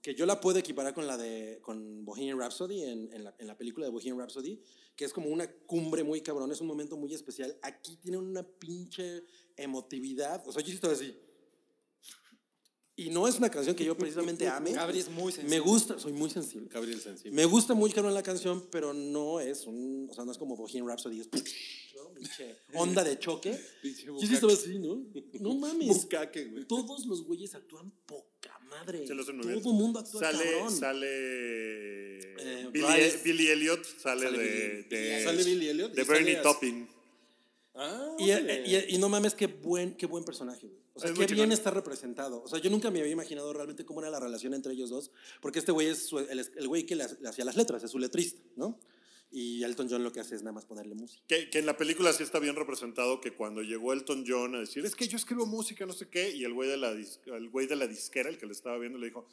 que yo la puedo equiparar con la de con Bohemian Rhapsody, en, en la, en la película de Bohemian Rhapsody, que es como una cumbre muy cabrón, es un momento muy especial. Aquí tiene una pinche emotividad. O sea, yo sí estaba así. Y no es una canción que yo
[LAUGHS]
precisamente ame.
Gabri es muy sensible.
Me gusta, soy muy sensible.
Gabriel Sencillo.
Me gusta muy cabrón la canción, pero no es un. O sea, no es como Bohemian Rhapsody. Es. ¿no?
[LAUGHS]
Pinche Onda de choque. Yo sí estaba así, ¿no? No mames.
Bucaque, güey.
Todos los güeyes actúan poca madre.
Se lo hacen muy
Todo
bien.
el mundo actúa
Sale,
cabrón.
sale
Eh,
Billy,
Bryce.
Billy Elliot, sale,
Sale
de,
Billy-
de,
Sale Billy Elliot.
de
y sale
Bernie
así.
Topping.
Ah,
Y, eh,
órale.
y- y no mames, qué buen, qué buen personaje, güey. O sea,
Es muy
qué bien
chingón.
está representado. O sea, yo nunca me había imaginado realmente cómo era la relación entre ellos dos, porque este güey es su- el, el güey que le, hace- le hacía las letras, es su letrista, ¿no? Y Elton John lo que hace es nada más ponerle música.
Que, que en la película sí está bien representado que cuando llegó Elton John a decir, es que yo escribo música, no sé qué, y el güey de la, dis- el güey de la disquera, el que le estaba viendo, le dijo,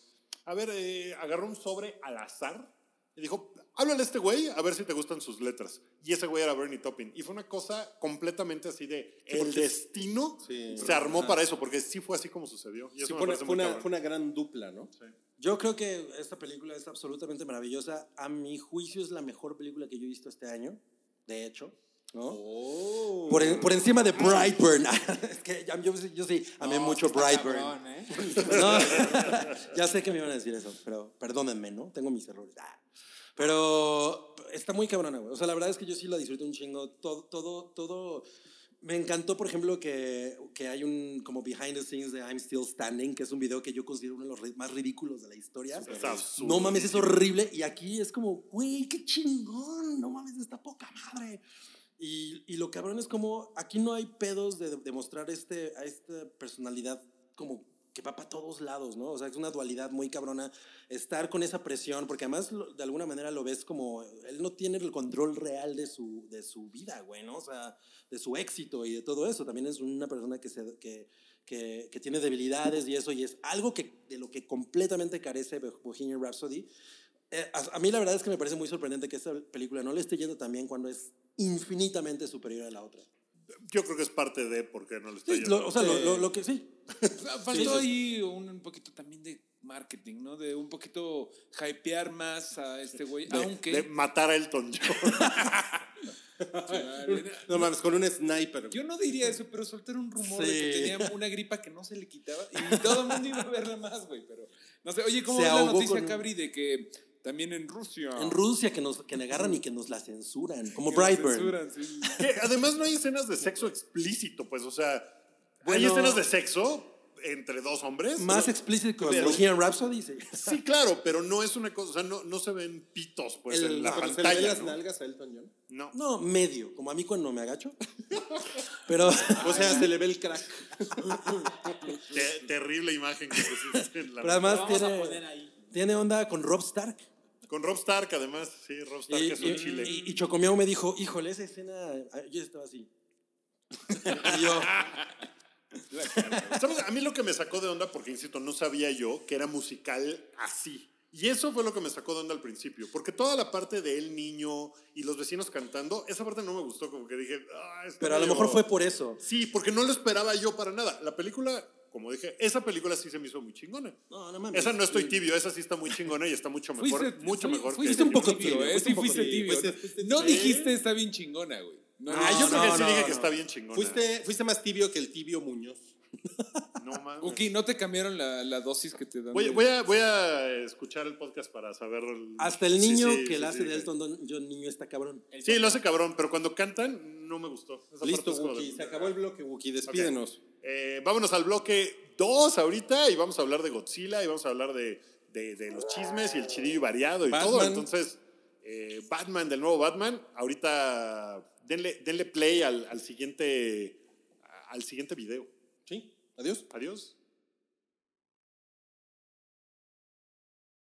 a ver, eh, agarró un sobre al azar y dijo, háblale a este güey a ver si te gustan sus letras. Y ese güey era Bernie Toppin. Y fue una cosa completamente así de, el
porque-
destino
Sí.
se armó para eso, porque sí fue así como sucedió. Y eso
Sí,
me
fue, una,
parece
fue
muy
una-
cabrón.
fue una gran dupla, ¿no?
Yo creo que esta película es absolutamente maravillosa. A mi juicio es la mejor película que yo he visto este año, de hecho, ¿no?
Oh.
Por, en- por encima de Brightburn. [LAUGHS] es que ya- yo, yo sí amé mucho Brightburn.
Cabrón, ¿eh?
No, [LAUGHS] ya sé que me iban a decir eso, pero perdónenme, ¿no? Tengo mis errores. Ah. Pero está muy cabrona, güey. O sea, la verdad es que yo sí la disfruto un chingo. Todo, todo, todo. Me encantó, por ejemplo, que, que hay un como behind the scenes de I'm Still Standing, que es un video que yo considero uno de los ri- más ridículos de la historia.
Está absurdo.
No mames, es horrible. Y aquí es como, güey, qué chingón. No mames, está poca madre. Y, y lo cabrón es como, aquí no hay pedos de demostrar este, a esta personalidad como que va para todos lados, ¿no? O sea, es una dualidad muy cabrona estar con esa presión, porque además lo- de alguna manera lo ves como, él no tiene el control real de su, de su vida, güey, ¿no? O sea, de su éxito y de todo eso. También es una persona que, se, que, que, que tiene debilidades y eso, y es algo que, de lo que completamente carece Bo- Bohemian Rhapsody. Eh, a, a mí la verdad es que me parece muy sorprendente que esta película no le esté yendo tan bien cuando es infinitamente superior a la otra.
Yo creo que es parte de por qué no le estoy
Sí, lo- o sea, lo, lo- lo que sí.
Faltó ahí un, un poquito también de marketing, ¿no? De un poquito hypear más a este güey.
de,
Aunque. [LAUGHS]
de matar a Elton John.
No mames, con un sniper.
Yo no diría eso, pero soltar un rumor de que
Sí.
tenía una gripa que no se le quitaba y todo el mundo iba a verla más, güey. Pero no sé, oye, ¿cómo
Se
es la
ahogó
noticia,
con un-
Cabri, de que también en Rusia.
En Rusia que nos que agarran y que nos la censuran, como
Ah. que la
Brightburn.
censuran, sí.
[LAUGHS] Que además no hay escenas de sexo explícito, pues, o sea, hay
Bueno.
escenas de sexo entre dos hombres.
Más
¿no?
explícito que
Pero-
Bohemian Rhapsody, sí.
Sí, claro, pero no es una cosa, o sea, no, no se ven pitos, pues,
El-
en la
Pero se le ven
pantalla.
las
¿no?
nalgas a Elton John.
No.
No, medio, como a mí cuando me agacho. Pero
O sea, se le ve el crack.
Te- terrible imagen que pusiste en la-
Pero además
Lo vamos a poner
tiene,
ahí.
tiene onda con Rob Stark.
Con Rob Stark, además, sí, Rob
Y,
Stark es un
y-
chile.
y- y Chocomiao me dijo, híjole, esa escena, ah, yo estaba así. [LAUGHS] y yo,
¿Sabes? A mí lo que me sacó de onda, porque insisto, no sabía yo que era musical así. Y eso fue lo que me sacó de onda al principio, porque toda la parte de el niño y los vecinos cantando, esa parte no me gustó, como que dije, "Ah, está
pero a lo
medio-".
mejor fue por eso.
Sí, porque no lo esperaba yo para nada. La película, como dije, esa película sí se me hizo muy chingona.
No, no mames.
Esa no estoy tibio, esa sí está muy chingona y está
[LAUGHS]
mucho mejor,
Fuiste-
mucho
fui-
mejor. que
Fuiste un
yo.
poco tibio, ¿eh?
fuiste
Sí,
un poco Pues
fuiste
tibio.
tibio.
Fuiste- fuiste
No
tibio.
dijiste está bien chingona, güey. No,
Ah, yo creo
No,
que sí
no,
dije que
no.
está bien chingona.
Fuiste, fuiste más tibio que el tibio Muñoz.
No mames.
Ok, no te cambiaron la, la dosis que te dan.
Voy,
de-
voy a, voy a escuchar el podcast para saber. el-
Hasta el
Sí,
niño
sí,
que
sí,
la hace
sí.
de Elton Don- John, niño está cabrón.
Sí, lo hace cabrón, pero cuando cantan no me gustó. Esa parte
Listo,
es como de-
Wookie. Se acabó el bloque, Wookie. Despídenos.
Eh, vámonos al bloque 2 ahorita y vamos a hablar de Godzilla y vamos a hablar de, de- de los chismes y el chidillo variado y
Batman.
todo. Entonces, eh, Batman, del nuevo Batman, ahorita denle, denle play al, al siguiente, al siguiente video.
Sí. Adiós.
Adiós.